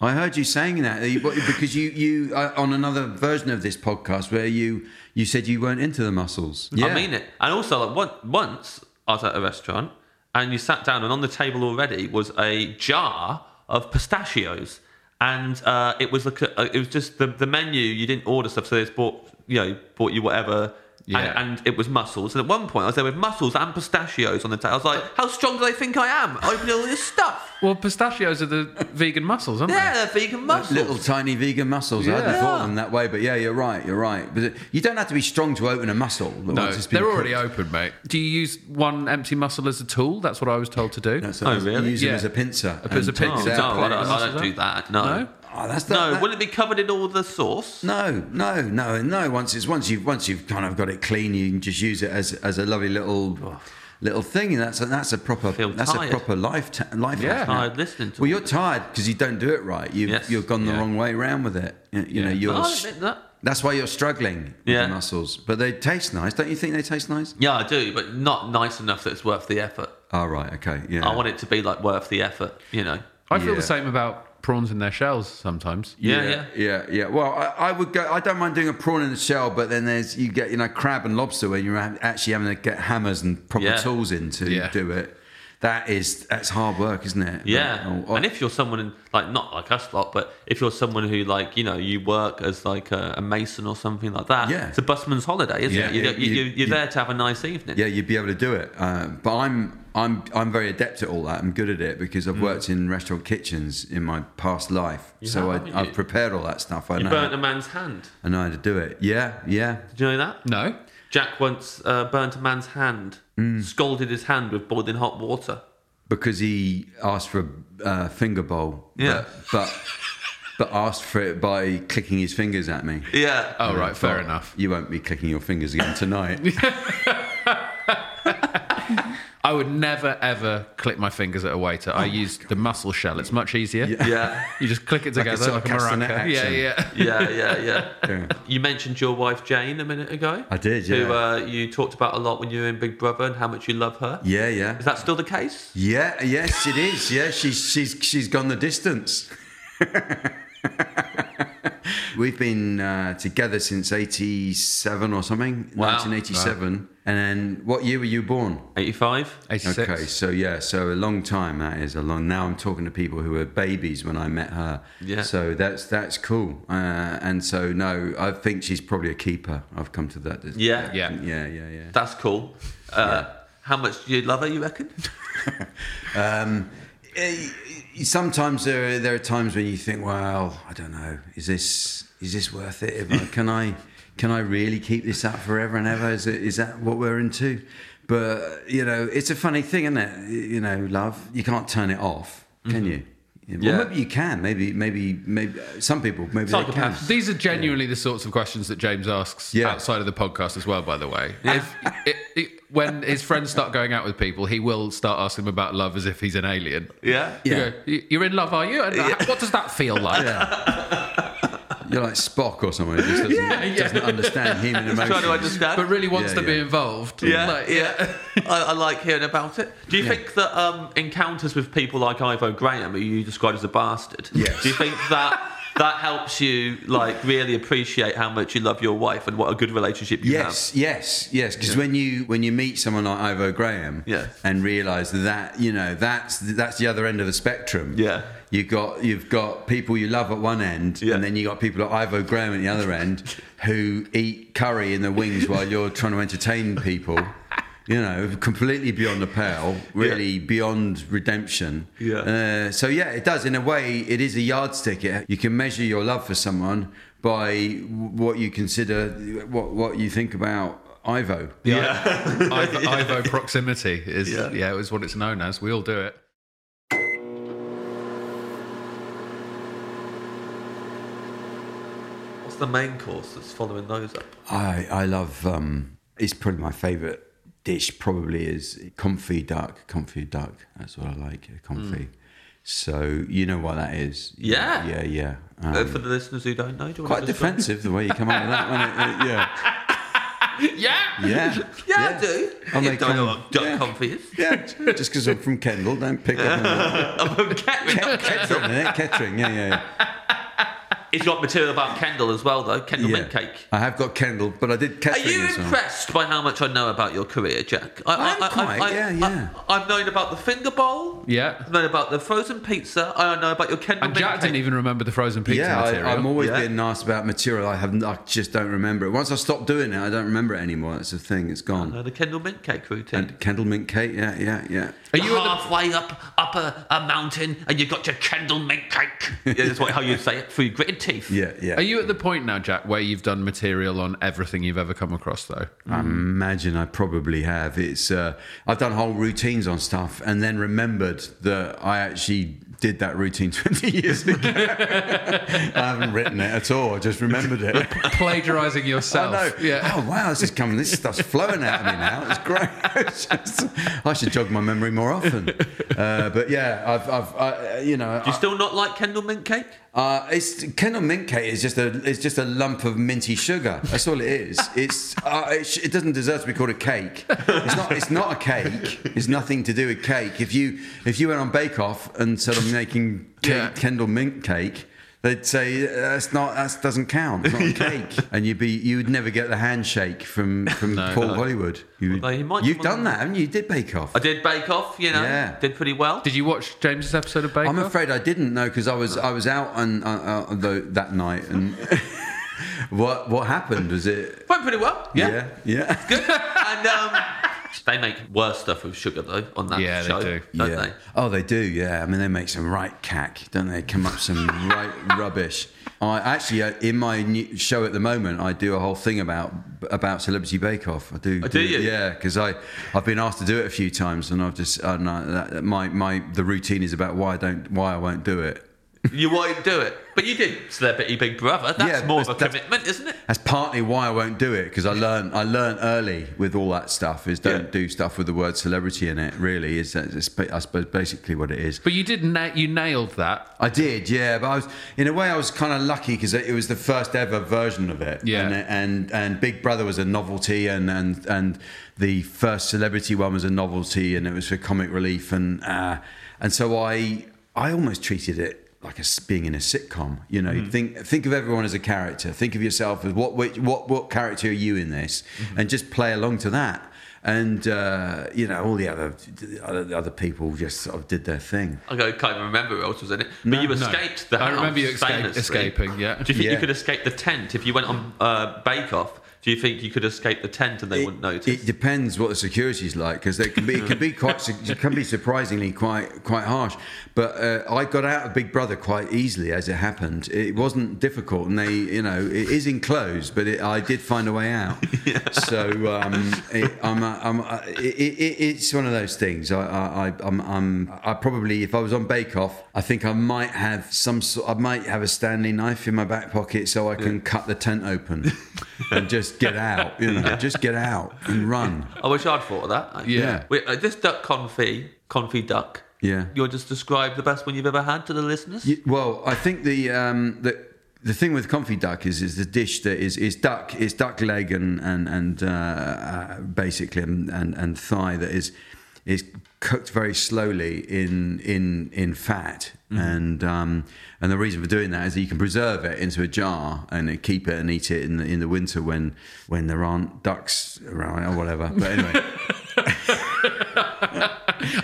C: I heard you saying that you- but- because you you uh, on another version of this podcast where you you said you weren't into the muscles. Yeah,
D: I mean it. And also, like one, once I was at a restaurant and you sat down, and on the table already was a jar of pistachios, and uh, it was like a, uh, it was just the, the menu. You didn't order stuff, so they just bought you know bought you whatever.
A: Yeah.
D: And, and it was mussels. And at one point, I was there with mussels and pistachios on the table. I was like, "How strong do they think I am? Opening all this stuff?
A: Well, pistachios are the vegan mussels, aren't
D: Yeah, they're vegan mussels.
C: Little tiny vegan muscles. I hadn't
D: Yeah.
C: thought of them that way, but yeah, you're right. You're right. But it- you don't have to be strong to open a muscle.
A: they? No, they're already open, mate. Do you use one empty muscle as a tool? That's what I was told to do.
D: Oh, really?
C: Use them
A: Yeah.
C: as a pincer.
A: A- as a
C: and take
A: pincer.
C: it
D: no,
C: out.
D: I don't, I
A: Muscles
D: don't
A: up?
D: do that. No,
A: No?
C: Oh, that's the,
D: no.
C: that-
D: Will it be covered in all the sauce?
C: No, no, no, no. Once it's once you've once you've kind of got it clean, you can just use it as as a lovely little little thing. And that's a, that's a proper
D: Oh. feel
C: that's
D: tired.
C: a proper life ta- life.
A: Yeah.
C: hack.
D: Tired listening to
C: Well,
D: all
C: you're tired because you don't do it right. You
D: Yes.
C: you've gone the
A: Yeah.
C: wrong way around with it. You, you know you're.
D: I'll
C: s-
D: admit that.
C: That's why you're struggling
D: Yeah.
C: with the muscles, but they taste nice. Don't you think they taste nice?
D: Yeah, I do, but not nice enough that it's worth the effort.
C: Oh, right, okay, yeah.
D: I want it to be like worth the effort, you know.
A: I feel
C: Yeah.
A: the same about prawns in their shells sometimes.
D: Yeah, yeah.
C: yeah, yeah. Well, I, I would go. I don't mind doing a prawn in a shell, but then there's you get you know crab and lobster where you're ha- actually having to get hammers and proper
D: Yeah.
C: tools in to
A: Yeah.
C: do it. That is that's hard work, isn't it?
D: Yeah.
C: Like, oh, oh,
D: and if you're someone in, like not like us lot, but if you're someone who like you know you work as like a, a mason or something like that,
C: Yeah.
D: it's a busman's holiday, isn't
C: Yeah,
D: it? You,
C: yeah,
D: you,
C: you-
D: you, you're
C: you-
D: there to have a nice evening.
C: yeah, you'd be able to do it. Uh, but I'm I'm I'm very adept at all that. I'm good at it because I've worked in restaurant kitchens in my past life, so
D: have,
C: I,
D: haven't Hmm. you?
C: I've prepared all that stuff. I
D: You
C: know.
D: burnt a man's hand.
C: I know how to do it. Yeah, yeah.
D: Did you know that?
A: No.
D: Jack once uh, burnt a man's hand, scalded his hand with boiling hot water.
C: because he asked for a uh, finger bowl.
D: Yeah.
C: But, but but asked for it by clicking his fingers at me.
D: Yeah.
A: Oh, right. Fair
C: Well,
A: enough.
C: You won't be clicking your fingers again tonight.
A: I would never, ever click my fingers at a waiter.
C: Oh
A: I use the muscle shell. It's much easier.
D: Yeah.
A: You just click it
C: Like a
A: together
C: sort
A: like
C: of
A: a
C: castanet
A: maraca. Yeah,
C: action.
A: yeah.
D: yeah, yeah, yeah,
C: Yeah.
D: You mentioned your wife Jane a minute ago.
C: I did,
D: Who
C: yeah.
D: uh, you talked about a lot when you were in Big Brother and how much you love her.
C: yeah, yeah.
D: Is that still the case?
C: yeah, yes, it is. Yeah, she's she's she's gone the distance. We've been uh, together since '87 or something.
D: Wow.
C: 1987. And then, what year were you born?
D: 85?
A: 86.
C: Okay, so yeah, so a long time that is a long. Now I'm talking to people who were babies when I met her.
D: Yeah.
C: So that's that's cool. Uh, and so no, I think she's probably a keeper. I've come to that.
D: Yeah.
A: Yeah.
C: Yeah, yeah, yeah.
D: That's cool. Uh, How much do you love her, you reckon?
C: Sometimes there are, there are times when you think, well, I don't know, is this is this worth it? If I- can I can I really keep this up forever and ever? Is it, is that what we're into? But you know, it's a funny thing, isn't it? You know, love you can't turn it off, can you?
D: Mm-hmm. Yeah.
C: Well, maybe you can. Maybe, maybe, maybe. Some people, maybe they can.
D: Psychopaths.
A: These are genuinely the sorts of questions that James asks
C: Yeah.
A: outside of the podcast as well, by the way. If, it, it, when his friends start going out with people, he will start asking them about love as if he's an alien.
D: Yeah.
A: You
C: Yeah.
A: go, "You- You're in love, are you? And uh, What does that feel like?
C: You're like Spock or someone who just doesn't, doesn't understand human emotions.
D: Trying to understand.
A: But really wants
C: Yeah,
A: to be
C: yeah.
A: involved.
D: yeah,
A: Like,
D: yeah. I, I like hearing about it. Do you think that um, encounters with people like Ivo Graham, who you described as a bastard,
C: Yes.
D: do you think that that helps you like really appreciate how much you love your wife and what a good relationship you
C: Yes, yes, yes. Because when you when you meet someone like Ivo Graham,
D: Yeah.
C: and realise that you know that's that's the other end of the spectrum.
D: Yeah.
C: you got you've got people you love at one end,
D: Yeah.
C: and then you got people like Ivo Graham at the other end who eat curry in the wings while you're trying to entertain people. You know, completely beyond the pale, really beyond redemption.
D: Yeah.
C: Uh, so yeah, it does. In a way, it is a yardstick. It, you can measure your love for someone by w- what you consider, what what you think about Ivo.
D: have. Yeah.
A: Ivo, Ivo proximity is yeah. is what it's known as. We all do it.
D: What's the main course that's following those up?
C: I I love. Um, it's probably my favourite dish. Probably is comfy duck. Comfy duck. That's what I like. Comfy. So you know what that is.
D: Hmm. Yeah.
C: Yeah. Yeah. Um,
D: Uh, For the listeners who don't know, do you wanna
C: quite
D: describe-
C: defensive the way you come out of that. wasn't it? Uh, yeah.
D: yeah.
C: Yeah.
B: Yeah, I do.
C: I'll
D: You
C: make
D: don't know
C: com-
D: what duck
C: yeah.
D: confit is.
C: Yeah, just because I'm from Kendal, don't pick up on
D: I'm from Kettering, not Kendall.
C: Kettering, innit? Kettering, yeah, yeah, yeah.
D: He's got material about Kendall as well, though. Kendall
C: yeah.
D: mint cake.
C: I have got Kendal, but I did
D: Are
C: Kettering
D: you
C: as well.
D: impressed by how much I know about your career, Jack? I,
C: I'm quite, yeah, yeah.
D: I, have known about the finger bowl.
A: Yeah.
D: I've known about the frozen pizza. I know about your Kendall
A: And
D: mint
A: Jack
D: cake.
A: didn't even remember the frozen pizza
C: Yeah,
A: material.
C: I, I'm always
D: Yeah.
C: being asked about material. I have, I just don't remember it. Once I stop doing it, I don't remember it anymore. That's the thing. It's gone.
D: know the Kendall mint cake routine.
C: And Kendall mint cake. Yeah, yeah, yeah.
A: Are
D: You're
A: you at the-
D: halfway up up a, a mountain and you've got your Kendall mint cake. yeah, that's what, how you say it through your gritted teeth.
C: Yeah, yeah.
A: Are you at the point now, Jack, where you've done material on everything you've ever come across, though?
C: I imagine I probably have. It's uh, I've done whole routines on stuff, and then remembered that I actually did that routine 20 years ago. I haven't written it at all. I just remembered it.
A: Plagiarizing yourself.
C: I know.
A: Yeah.
C: Oh wow, this is coming. This stuff's flowing out of me now. It's great. It's just- I should jog my memory more often. Uh, but yeah, I've, I've I, you know,
D: Do you still not like Kendall mint cake?
C: uh, it's Kendall mint cake is just a it's just a lump of minty sugar. That's all it is. It's uh, it, sh- it doesn't deserve to be called a cake. It's not it's not a cake. It's nothing to do with cake. If you if you went on Bake Off and said I'm making cake,
A: Yeah.
C: Kendall mint cake. They'd say "Uh, that's not that doesn't count. It's not a cake, and you'd be you would never get the handshake from from Paul Hollywood. You,
D: Well, he might
C: you've
D: come on-
C: done that, haven't you? You did Bake Off.
D: I did Bake Off, you know,
C: Yeah.
D: did pretty well.
A: Did you watch James's episode of Bake
C: I'm
A: Off?
C: afraid I didn't know because I
D: Oh.
C: was I was out on, uh, uh, tho- that night and what what happened was it
D: Went pretty well.
C: yeah yeah
D: Good. and um, they make worse stuff with sugar though on that
A: Yeah, they
D: show,
A: do.
D: not
C: yeah
D: they?
C: oh they do yeah I mean they make some right cack don't they come up some right rubbish I actually uh, in my new show at the moment I do a whole thing about about Celebrity Bake Off I do
D: Oh, do you?
C: yeah because I I've been asked to do it a few times and I've just I don't know that, that- my my the routine is about why I don't why I won't do it
D: You won't do it, but you did Celebrity Big Brother. That's
C: Yeah,
D: more of a
C: that's-
D: commitment, isn't it?
C: That's partly why I won't do it because I learned I learned early with all that stuff is don't
D: Yeah.
C: do stuff with the word celebrity in it. Really, is that is ba- I suppose basically what it is.
A: But you did. Na- you nailed that.
C: I did, yeah, but I was in a way I was kind of lucky because it it was the first ever version of it.
A: Yeah.
C: and and, and Big Brother was a novelty, and and and the first celebrity one was a novelty, and it was for comic relief, and uh, and so I I almost treated it like as being in a sitcom. You know, think think of everyone as a character. Think of yourself as what which, what what character are you in this, and just play along to that. And uh, you know all the other the other people just sort of did their thing.
D: I go, can't even remember who else was in it. But you escaped the
A: I
D: house
A: remember you escape-
D: famously.
A: escaping, yeah.
D: Do you think you
C: Yeah.
D: could escape the tent if you went on uh, Bake Off? Do you think you could escape the tent and they wouldn't notice?
C: It depends what the security's like because they can be it can be quite su- it can be surprisingly quite quite harsh. But uh, I got out of Big Brother quite easily as it happened. It wasn't difficult, and they you know it is enclosed, but it, I did find a way out. So um, it, I'm, uh, I'm uh, it, it, it's one of those things. I I I- I'm, I'm I probably if I was on Bake Off, I think I might have some sort. I might have a Stanley knife in my back pocket so I can cut the tent open. And just get out, you know, just get out and run.
D: I wish I'd thought of that. actually.
C: Yeah.
D: Wait, uh, this duck confit, confit duck.
C: Yeah.
D: You'll just describe the best one you've ever had to the listeners.
C: Y- Well, I think the um, the the thing with confit duck is is the dish that is is duck is duck leg and and and uh, uh, basically and, and and thigh that is is cooked very slowly in in in fat and um, and the reason for doing that is that you can preserve it into a jar and then keep it and eat it in the in the winter when when there aren't ducks around or whatever. But anyway.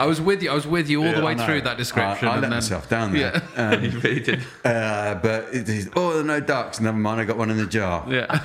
A: I was with you. I was with you all the way
C: I
A: through
C: know.
A: that description.
C: I, I
A: and
C: let
A: then-
C: myself down there. Um,
A: Yeah.
D: you really did.
C: Uh, but it is, oh, there are no ducks. Never mind, I got one in the jar.
A: Yeah.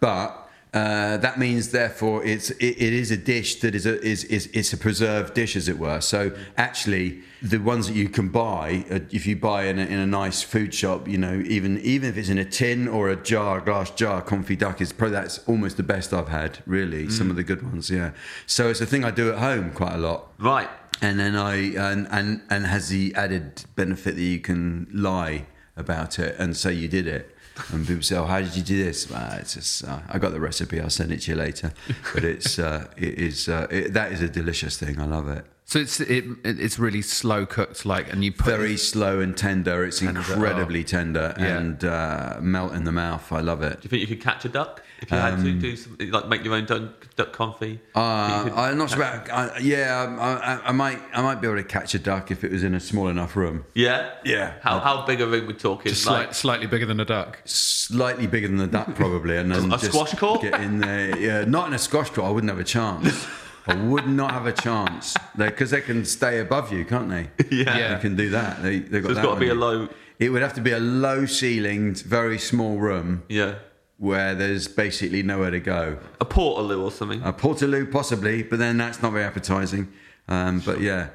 C: But uh, that means, therefore, it's it, it is a dish that is a is, is it's a preserved dish, as it were. So actually, the ones that you can buy, uh, if you buy in a, in a nice food shop, you know, even even if it's in a tin or a jar, glass jar, confit duck is probably that's almost the best I've had. Really, some of the good ones, yeah. So it's a thing I do at home quite a lot.
D: Right.
C: And then I and and and has the added benefit that you can lie about it and say you did it. And people say, "Oh, how did you do this?" Well, it's just uh, I got the recipe. I'll send it to you later. But it's uh, it is uh, it, that is a delicious thing. I love it.
A: So it's it, it- it's really slow cooked, like, and you put
C: Very slow and tender. It's
A: Tender,
C: incredibly tender
A: Yeah.
C: and uh, melt in the mouth. I love it.
D: Do you think you could catch a duck? If you had to do something like make your own duck, duck confit,
C: Um, Uh,
D: you could
C: I'm not sure.
D: catch-
C: About, I, yeah, I, I, I might, I might be able to catch a duck if it was in a small enough room.
D: Yeah,
C: Yeah.
D: How how big a room we're talking?
A: Just slight,
D: like
A: slightly bigger than a duck.
C: Slightly bigger than the duck, probably, and then
D: A
C: just
D: squash court?
C: Get in there. Yeah, not in a squash court. I wouldn't have a chance. I would not have a chance because they can stay above you, can't they?
D: yeah.
A: Yeah.
C: They can do that. They, they've got
D: So it's
C: that
D: got to be a
C: one.
D: low.
C: It would have to be a low ceilinged, very small room
D: Yeah,
C: where there's basically nowhere to go.
D: a portaloo or something.
C: A Portaloo, possibly, but then that's not very appetizing. Um, but yeah,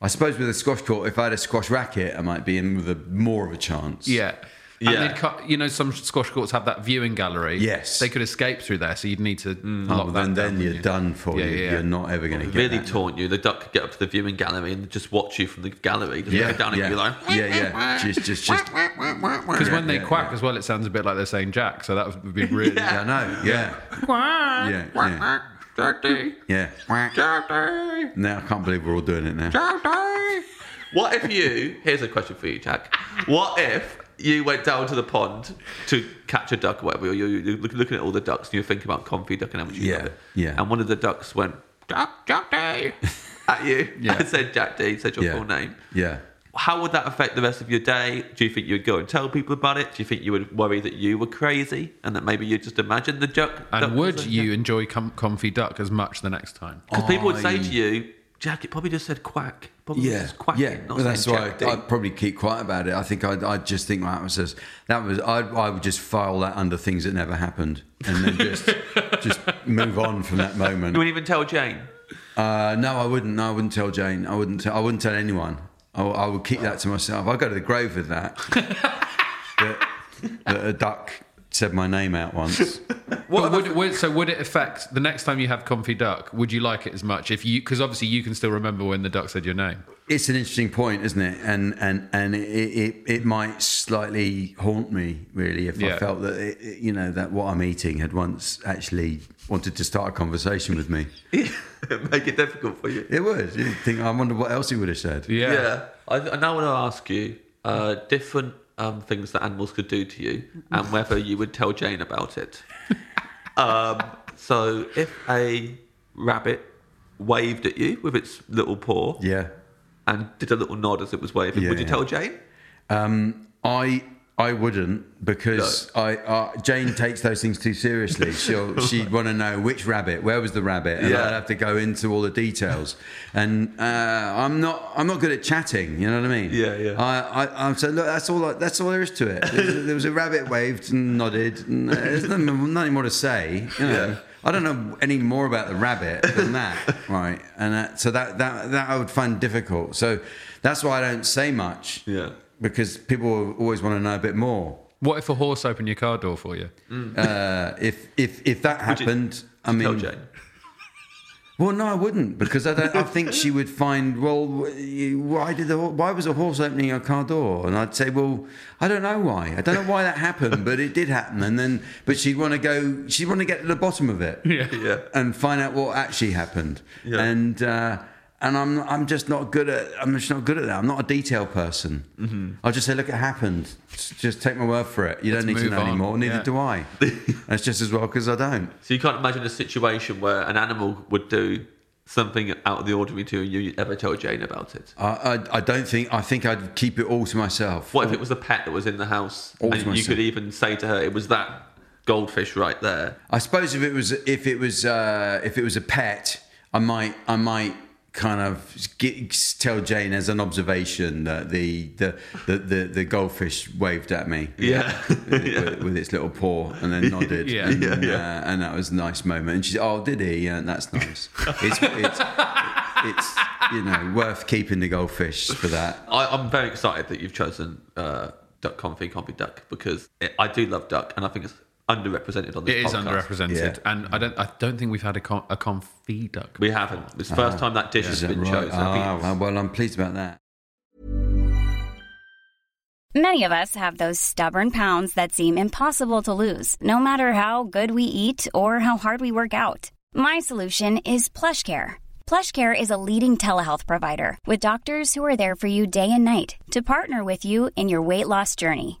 C: I suppose with a squash court, if I had a squash racket, I might be in with a more of a chance.
A: Yeah. And
D: Yeah.
A: they'd cut, you know, some squash courts have that viewing gallery.
C: Yes.
A: They could escape through there, so you'd need to
C: Oh,
A: lock
C: but
A: that
C: then,
A: down.
C: then
A: wouldn't
C: you're
A: you?
C: done for.
A: Yeah,
C: you.
A: yeah, yeah.
C: You're not ever going to get
D: really
C: that.
D: taunt you. The duck could get up to the viewing gallery and just watch you from the gallery. Just
C: Yeah,
D: look down at
C: yeah,
D: you like.
C: yeah, yeah. Just, just, just.
A: Because when they
C: yeah,
A: quack
C: yeah.
A: as well, it sounds a bit like they're saying Jack, so that would be really.
C: Yeah, I know. Yeah, yeah, yeah.
D: Dirty,
C: yeah.
D: dirty,
C: Now I can't believe we're all doing it now.
D: dirty. What if you? Here's a question for you, Jack. What if you went down to the pond to catch a duck or whatever? You're, you're, you're look- looking at all the ducks and you're thinking about comfy duck and how much you
C: Yeah,
D: love it.
C: yeah.
D: And one of the ducks went Jack, Jack D at you
A: Yeah.
D: and said Jack D, said your
C: Yeah.
D: full name.
C: Yeah.
D: How would that affect the rest of your day? Do you think you would go and tell people about it? Do you think you would worry that you were crazy and that maybe you just imagined the duck?
A: And would you enjoy com- comfy duck as much the next time?
D: Because people would say to you, Jack, it probably just said quack. Probably
C: Yeah,
D: just quacking,
C: yeah.
D: not
C: Well, that's
D: saying
C: why
D: Jack
C: I,
D: D."
C: would probably keep quiet about it. I think I'd, I'd just think that was just, that was I, I would just file that under things that never happened, and then just just move on from that moment.
D: You wouldn't even tell Jane.
C: Uh, no, I wouldn't. No, I wouldn't tell Jane. I wouldn't. Tell, I wouldn't tell anyone. I, I would keep that to myself. I go to the grave with that. that, that a duck said my name out once.
A: but would, would, so would it affect the next time you have comfy duck? Would you like it as much if you? Because obviously you can still remember when the duck said your name.
C: It's an interesting point, isn't it? And and and it it, it might slightly haunt me really if I
A: Yeah.
C: felt that it, it- you know that what I'm eating had once actually wanted to start a conversation with me.
D: Make it difficult for you.
C: It would. You'd think I wonder what else he would have said.
A: Yeah.
D: Yeah. I, I now want to ask you uh, different um, things that animals could do to you and whether you would tell Jane about it. um, so, if a rabbit waved at you with its little paw
C: Yeah.
D: and did a little nod as it was waving, would you
C: Yeah.
D: tell Jane?
C: Um, I I wouldn't because I uh, Jane takes those things too seriously. She'll she'd want to know which rabbit, where was the rabbit, and
D: Yeah.
C: I'd have to go into all the details. And uh, I'm not I'm not good at chatting. You know what I mean?
D: Yeah, yeah.
C: I I, I said look, that's all I, that's all there is to it. There was, there was a rabbit waved and nodded. And uh, there's nothing, nothing more to say. You know? I don't know any more about the rabbit than that, right? And uh, so that, that that I would find difficult. So that's why I don't say much
D: Yeah.
C: because people always want to know a bit more.
A: What if a horse opened your car door for you?
C: Uh, if if if that
D: you-
C: happened, I
D: Tell
C: mean,
D: Jane.
C: well, no, I wouldn't because I don't. I think she would find well, wh- why did the ho- why was a horse opening a car door? And I'd say, well, I don't know why. I don't know why that happened, but it did happen. And then, but she'd want to go. She'd want to get to the bottom of it.
D: Yeah.
C: and find out what actually happened.
D: Yeah.
C: And uh, and I'm I'm just not good at I'm just not good at that. I'm not a detail person.
A: Mm-hmm.
C: I'll just say, look, it happened. S- Just take my word for it. You don't need to
A: move
C: know
A: on.
C: anymore. Neither
A: Yeah.
C: do I. That's just as well because I don't.
D: So you can't imagine a situation where an animal would do something out of the ordinary to you and you ever tell Jane about it.
C: I, I I don't think I think I'd keep it all to myself.
D: What if it was a pet that was in the house
C: All to
D: and you
C: Oh. myself.
D: could even say to her, it was that goldfish right there?
C: I suppose if it was if it was uh, if it was a pet, I might I might kind of get, tell Jane as an observation that the the the, the, the goldfish waved at me.
D: Yeah.
C: with, with, with its little paw and then nodded.
A: Yeah.
C: and, Uh, and that was a nice moment. And she said, "Oh, did he? Yeah, that's nice. It's, it's, it's you know worth keeping the goldfish for that."
D: I, I'm very excited that you've chosen uh, Duck Confit, Confit Duck, because it, I do love duck and I think it's underrepresented on this
A: It is
D: podcast.
A: underrepresented,
C: Yeah.
A: and I don't. I don't think we've had a, com- a comfy duck.
D: We haven't. It's the first time that dish
C: Uh-huh. Ah. Is
D: has
C: that
D: been
C: right?
D: chosen. I think
C: Ah,
D: it's-
C: well, well, I'm pleased about that.
E: Many of us have those stubborn pounds that seem impossible to lose, no matter how good we eat or how hard we work out. My solution is PlushCare. PlushCare is a leading telehealth provider with doctors who are there for you day and night to partner with you in your weight loss journey.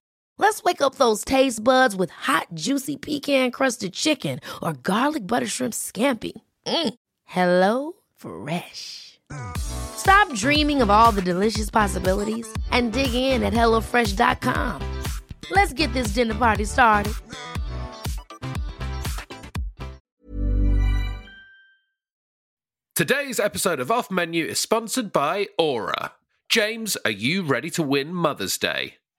F: Let's wake up those taste buds with hot, juicy pecan crusted chicken or garlic butter shrimp scampi. Mm. Hello Fresh. Stop dreaming of all the delicious possibilities and dig in at HelloFresh.com. Let's get this dinner party started.
A: Today's episode of Off Menu is sponsored by Aura. James, are you ready to win Mother's Day?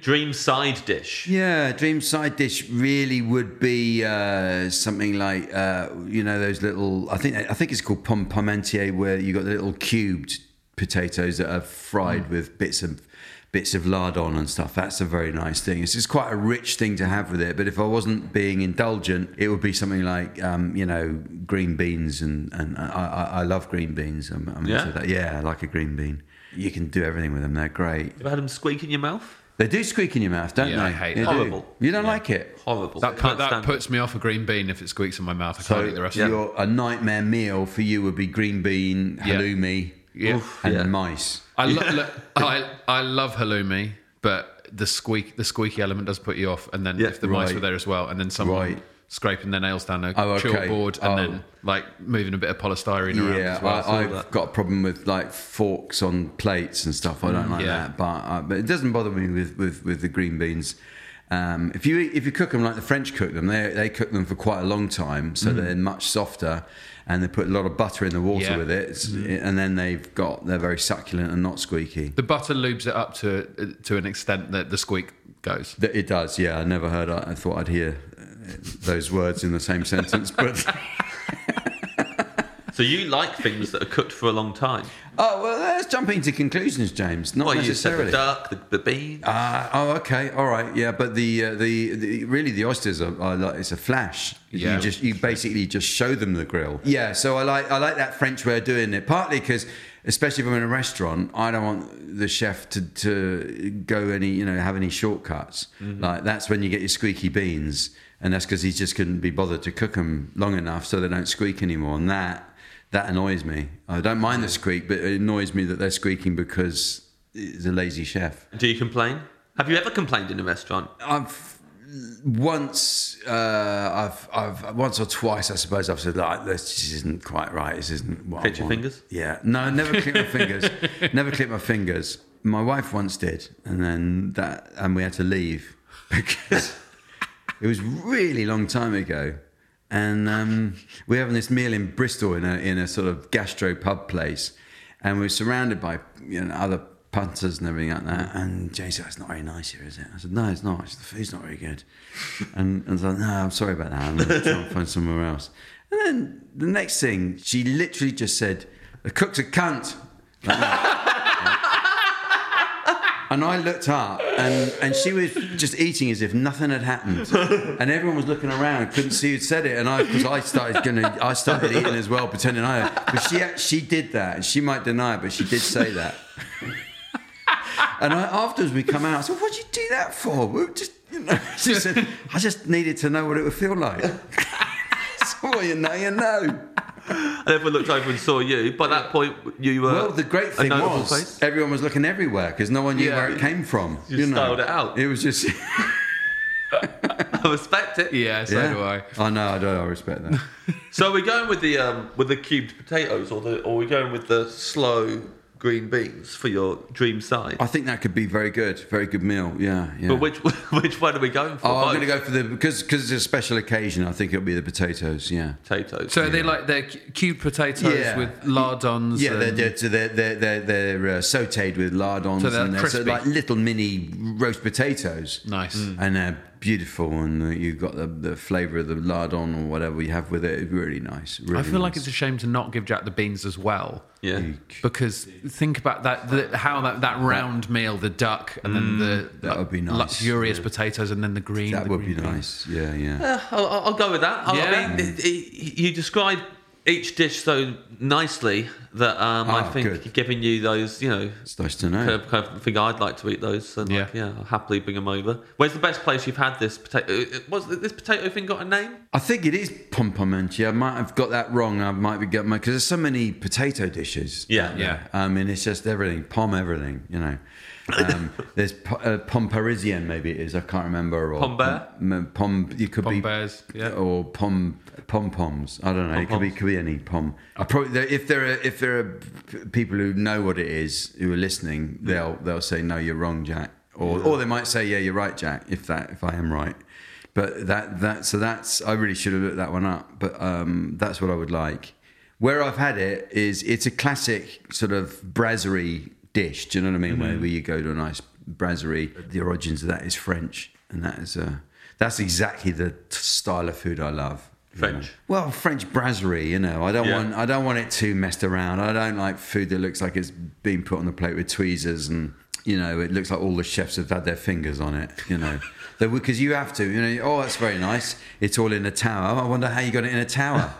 B: Dream side dish.
C: Yeah, dream side dish really would be uh, something like uh, you know those little. I think I think it's called pom pomentier, where you got the little cubed potatoes that are fried with bits of bits of lard on and stuff. That's a very nice thing. It's just quite a rich thing to have with it. But if I wasn't being indulgent, it would be something like um, you know green beans and and uh, I, I, I love green beans. I'm, I'm
B: Yeah?
C: into that. Yeah, I like a green bean. You can do everything with them. They're great.
B: Ever had them squeak in your mouth?
C: They do squeak in your mouth, don't
A: Yeah,
C: they?
A: I hate
C: They
A: that.
C: do.
B: Horrible.
C: You don't like it.
B: Horrible.
A: That, put, that puts me off a green bean if it squeaks in my mouth. I can't eat the rest of it.
C: your, a nightmare meal for you would be green bean,
A: Yeah.
C: halloumi,
A: Yeah.
C: and
B: Yeah.
C: mice.
D: I, lo- look, I, I love halloumi, but the squeak the squeaky element does put you off. And then
B: Yeah,
D: if the mice were
C: right.
D: there as well, and then someone
C: Right.
D: scraping their nails down a
C: Oh,
D: chalkboard
C: okay.
D: board and then like moving a bit of polystyrene around
C: Yeah,
D: as well.
C: I, I've got a problem with like forks on plates and stuff. I don't like
D: yeah.
C: that, but uh, but it doesn't bother me with with, with the green beans. Um, if you eat- if you cook them like the French cook them, they they cook them for quite a long time, so they're much softer, and they put a lot of butter in the water
D: Yeah.
C: with it, It's- and then they've got they're very succulent and not squeaky.
D: the butter lubes it up to to an extent that the squeak goes.
C: That It does, yeah. I never heard. I I thought I'd hear uh, those words in the same sentence, but
B: So you like things that are cooked for a long time?
C: oh well. Let's jump into conclusions, James. Not
B: Well, you said the
C: necessarily.
B: duck, the, the bean.
C: Ah, oh, okay, all right, yeah. But the uh, the, the really the oysters are, are like it's a flash.
D: Yeah.
C: You just you basically just show them the grill. Yeah. So I like I like that French way of doing it. Partly because especially if I'm in a restaurant, I don't want the chef to, to go any you know have any shortcuts. Like that's when you get your squeaky beans, and that's because he just couldn't be bothered to cook them long enough so they don't squeak anymore. And that that annoys me. I don't mind the squeak, but it annoys me that they're squeaking because he's a lazy chef.
B: Do you complain? Have you ever complained in a restaurant?
C: I've once, uh, I've, I've once or twice, I suppose, I've said like, this just isn't quite right. This isn't what
B: Click
C: I
B: your
C: want."
B: fingers?
C: Yeah, no, I never click my fingers. Never click my fingers. My wife once did, and then that, and we had to leave because it was really long time ago. and um, we we're having this meal in Bristol in a in a sort of gastro pub place, and we were surrounded by you know other punters and everything like that. And Jay said, "It's not very nice here, is it?" I said, "No, it's not. It's- the food's not very good." And, and I was like, "No, I'm sorry about that. I'm going to try and find somewhere else." And then the next thing, she literally just said, "The cook's a cunt." And I looked up, and, and she was just eating as if nothing had happened, and everyone was looking around, couldn't see who'd said it, and I because I started gonna I started eating as well, pretending I. But she act- she did that, and she might deny it, but she did say that. and I, afterwards, we come out. I said, "What'd you do that for?" We were just, you know, she said, "I just needed to know what it would feel like." so well, you know, you know.
D: And everyone looked over and saw you. By that point, you were.
C: Well, the great
D: a
C: thing
D: notable
C: was
D: face.
C: everyone was looking everywhere because no one knew
G: Yeah.
C: where it came from. You, know,
D: styled it out.
C: It was just.
D: I respect it.
A: Yeah, so do I.
C: Oh no, I don't. I respect that.
D: So are we going with the um, with the cubed potatoes, or the or are we going with the slow green beans for your dream side?
C: I think that could be very good. Very good meal. Yeah. yeah.
D: But which which one are we going for?
C: Oh, I'm going to
D: Both
C: go for the because because it's a special occasion. I think it'll be the potatoes. Yeah.
D: potatoes.
A: So are they like they're cu- cubed potatoes
C: Yeah.
A: with lardons.
C: Yeah, they're
A: and-
C: they're so they're they're, they're, they're uh, sautéed with lardons
A: So they're
C: and they're so
A: crispy.
C: like little mini roast potatoes.
A: Nice.
C: And they're beautiful, and uh, you've got the, the flavour of the lardon or whatever you have with it. It's Really nice. Really
A: I feel like
C: nice.
A: it's a shame to not give Jack the beans as well.
D: yeah.
C: Mm.
A: Because think about that, the, how that, that round meal, the duck, and then the
C: that would be nice.
A: luxurious potatoes, and then the green.
C: that
A: the
C: would
A: green
C: be
A: bean.
C: nice. Yeah, yeah.
D: I'll, I'll- I'll go with that. I-
A: Yeah.
D: I mean, it- it- you describe each dish so nicely that um, I
C: Ah,
D: think
C: good.
D: giving you those, you know,
C: it's nice to know.
D: kind of, kind of thing I'd like to eat those. And like,
A: Yeah.
D: yeah, I'll happily bring them over. Where's the best place you've had this uh, potato? Was this potato thing got a name?
C: I think it is pompomentia. I might have got that wrong. I might be getting my because there's so many potato dishes.
D: Yeah.
A: Yeah.
C: I mean, it's just everything, pom everything, you know. Um, there's po- uh, pom Parisian, maybe it is. I can't remember. Or
D: Pombert?
C: Pom, m- pom you could be
A: Pombert's, yeah.
C: Or pom pom poms. I don't know. It could be could be any pom. I probably there- if there are if there are p- people who know what it is who are listening, they'll they'll say no, you're wrong, Jack. Or or they might say yeah, you're right, Jack. If that if I am right. But that that so that's I really should have looked that one up. But um, that's what I would like. Where I've had it is it's a classic sort of brasserie dish. Do you know what I mean? Where, where you go to a nice brasserie. The origins of that is French, and that is uh that's exactly the t- style of food I love. you know.
D: French.
C: Well, French brasserie, you know. I don't
D: Yeah.
C: want I don't want it too messed around. I don't like food that looks like it's been put on the plate with tweezers and you know, it looks like all the chefs have had their fingers on it, you know. Because you have to, you know, oh, that's very nice. It's all in a tower. I wonder how you got it in a tower.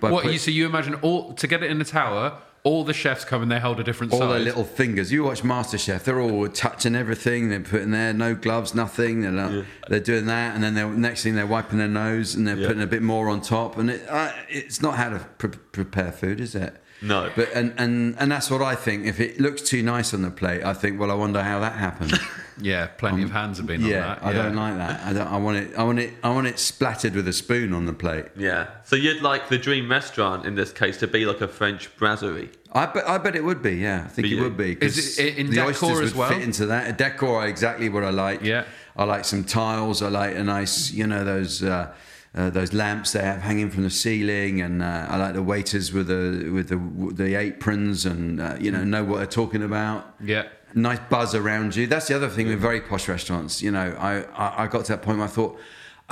C: By
A: What
C: put-
A: you so you imagine all to get it in the tower? All the chefs come and they hold a different
C: all
A: size.
C: their little fingers. You watch MasterChef; they're all touching everything. They're putting there no gloves, nothing. They're, not, they're doing that, and then they're, next thing they're wiping their nose and they're putting a bit more on top. And it, uh, it's not how to pre- prepare food, is it?
D: No.
C: But and, and and that's what I think. If it looks too nice on the plate, I think, well, I wonder how that happened.
A: yeah, plenty of hands have been on
C: yeah,
A: that.
C: I don't like that. I don't. I want it. I want it. I want it splattered with a spoon on the plate.
D: Yeah. So you'd like the dream restaurant in this case to be like a French brasserie.
C: I bet, I bet it would be, yeah. I think
D: Be
C: it
D: it.
C: would be. 'cause
A: Is it i- in
C: the
A: decor
C: oysters
A: as
C: would
A: well?
C: fit into that. Decor are exactly what I like.
A: Yeah.
C: I like some tiles. I like a nice, you know, those uh, uh, those lamps they have hanging from the ceiling, and uh, I like the waiters with the with the with the aprons, and uh, you know, know what they're talking about.
A: Yeah.
C: Nice buzz around you. That's the other thing with very posh restaurants. You know, I, I, I got to that point where I thought,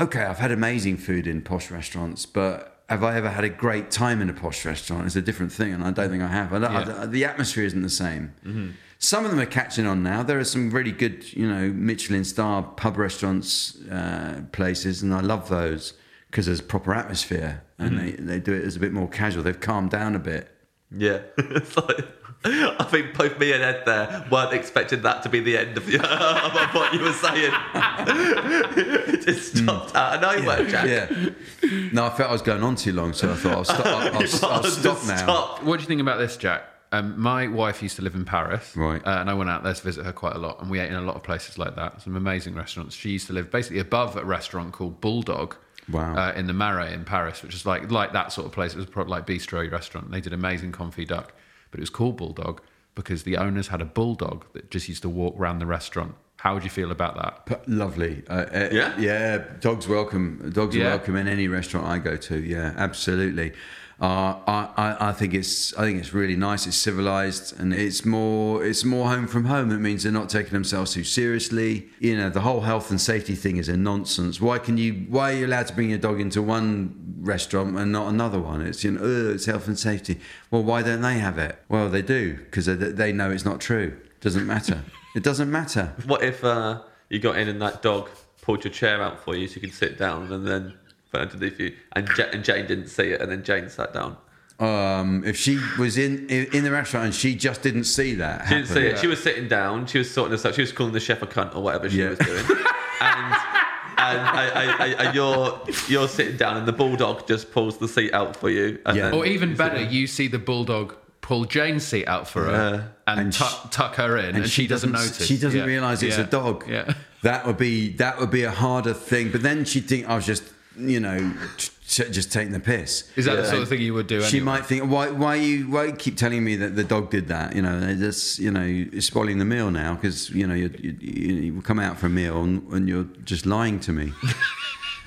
C: okay, I've had amazing food in posh restaurants, but have I ever had a great time in a posh restaurant? It's a different thing, and I don't think I have. I don't, I
A: Yeah.
C: don't- the atmosphere isn't the same. Some of them are catching on now. There are some really good, you know, Michelin star pub restaurants, uh, places, and I love those because there's proper atmosphere and they, they do it as a bit more casual. They've calmed down a bit.
D: Yeah. it's like, I think both me and Ed there weren't expecting that to be the end of, the, of what you were saying. it just stopped out of nowhere, Jack.
C: Hmm. Yeah. No, I felt I was going on too long, so I thought I'll stop. I'll, I'll,
D: But
C: I'll
D: just
C: stop now.
D: stopped.
A: What do you think about this, Jack? Um, my wife used to live in Paris,
C: Right.
A: Uh, and I went out there to visit her quite a lot, and we ate in a lot of places like that. Some amazing restaurants. She used to live basically above a restaurant called Bulldog,
C: Wow.
A: uh, in the Marais in Paris, which is like like that sort of place. It was probably like bistro restaurant. They did amazing confit duck, but it was called Bulldog because the owners had a bulldog that just used to walk around the restaurant How would you feel about that?
C: P- Lovely. Uh, uh,
D: Yeah?
C: Yeah. Dogs welcome. Dogs
A: Yeah.
C: are welcome in any restaurant I go to. Yeah, absolutely. Uh, I, I, I think it's I think it's really nice. It's civilized and it's more it's more home from home. It means they're not taking themselves too seriously. You know the whole health and safety thing is a nonsense. Why can you Why are you allowed to bring your dog into one restaurant and not another one? It's you know "Ugh, it's health and safety. Well, why don't they have it? Well, they do because they, they know it's not true. Doesn't matter. it doesn't matter.
D: What if uh, you got in and that dog pulled your chair out for you so you could sit down and then put it underneath you and, Ja- and Jane didn't see it and then Jane sat down?
C: Um, if she was in in in the restaurant and she just didn't see that,
D: She didn't
C: happen,
D: see it. She was sitting down. She was sorting this out. She was calling the chef a cunt or whatever she
C: Yeah.
D: was doing. and and, I, I, I, and you're you're sitting down and the bulldog just pulls the seat out for you. And
C: Yeah.
D: then-
A: Or even better, you see the bulldog pull Jane's seat out for her and,
C: And
A: tuck,
C: she-
A: tuck her in, and, she, doesn't, notice.
C: She doesn't
A: Yeah.
C: realize it's
A: Yeah.
C: a dog.
A: Yeah.
C: that would be that would be a harder thing. But then she'd think I was just you know t- t- just taking the piss.
A: Is that the sort of thing you would do?
C: She
A: anyway?
C: might think why why you why you keep telling me that the dog did that? You know, they're just you know you're spoiling the meal now because you know you you, you you come out for a meal and, and you're just lying to me.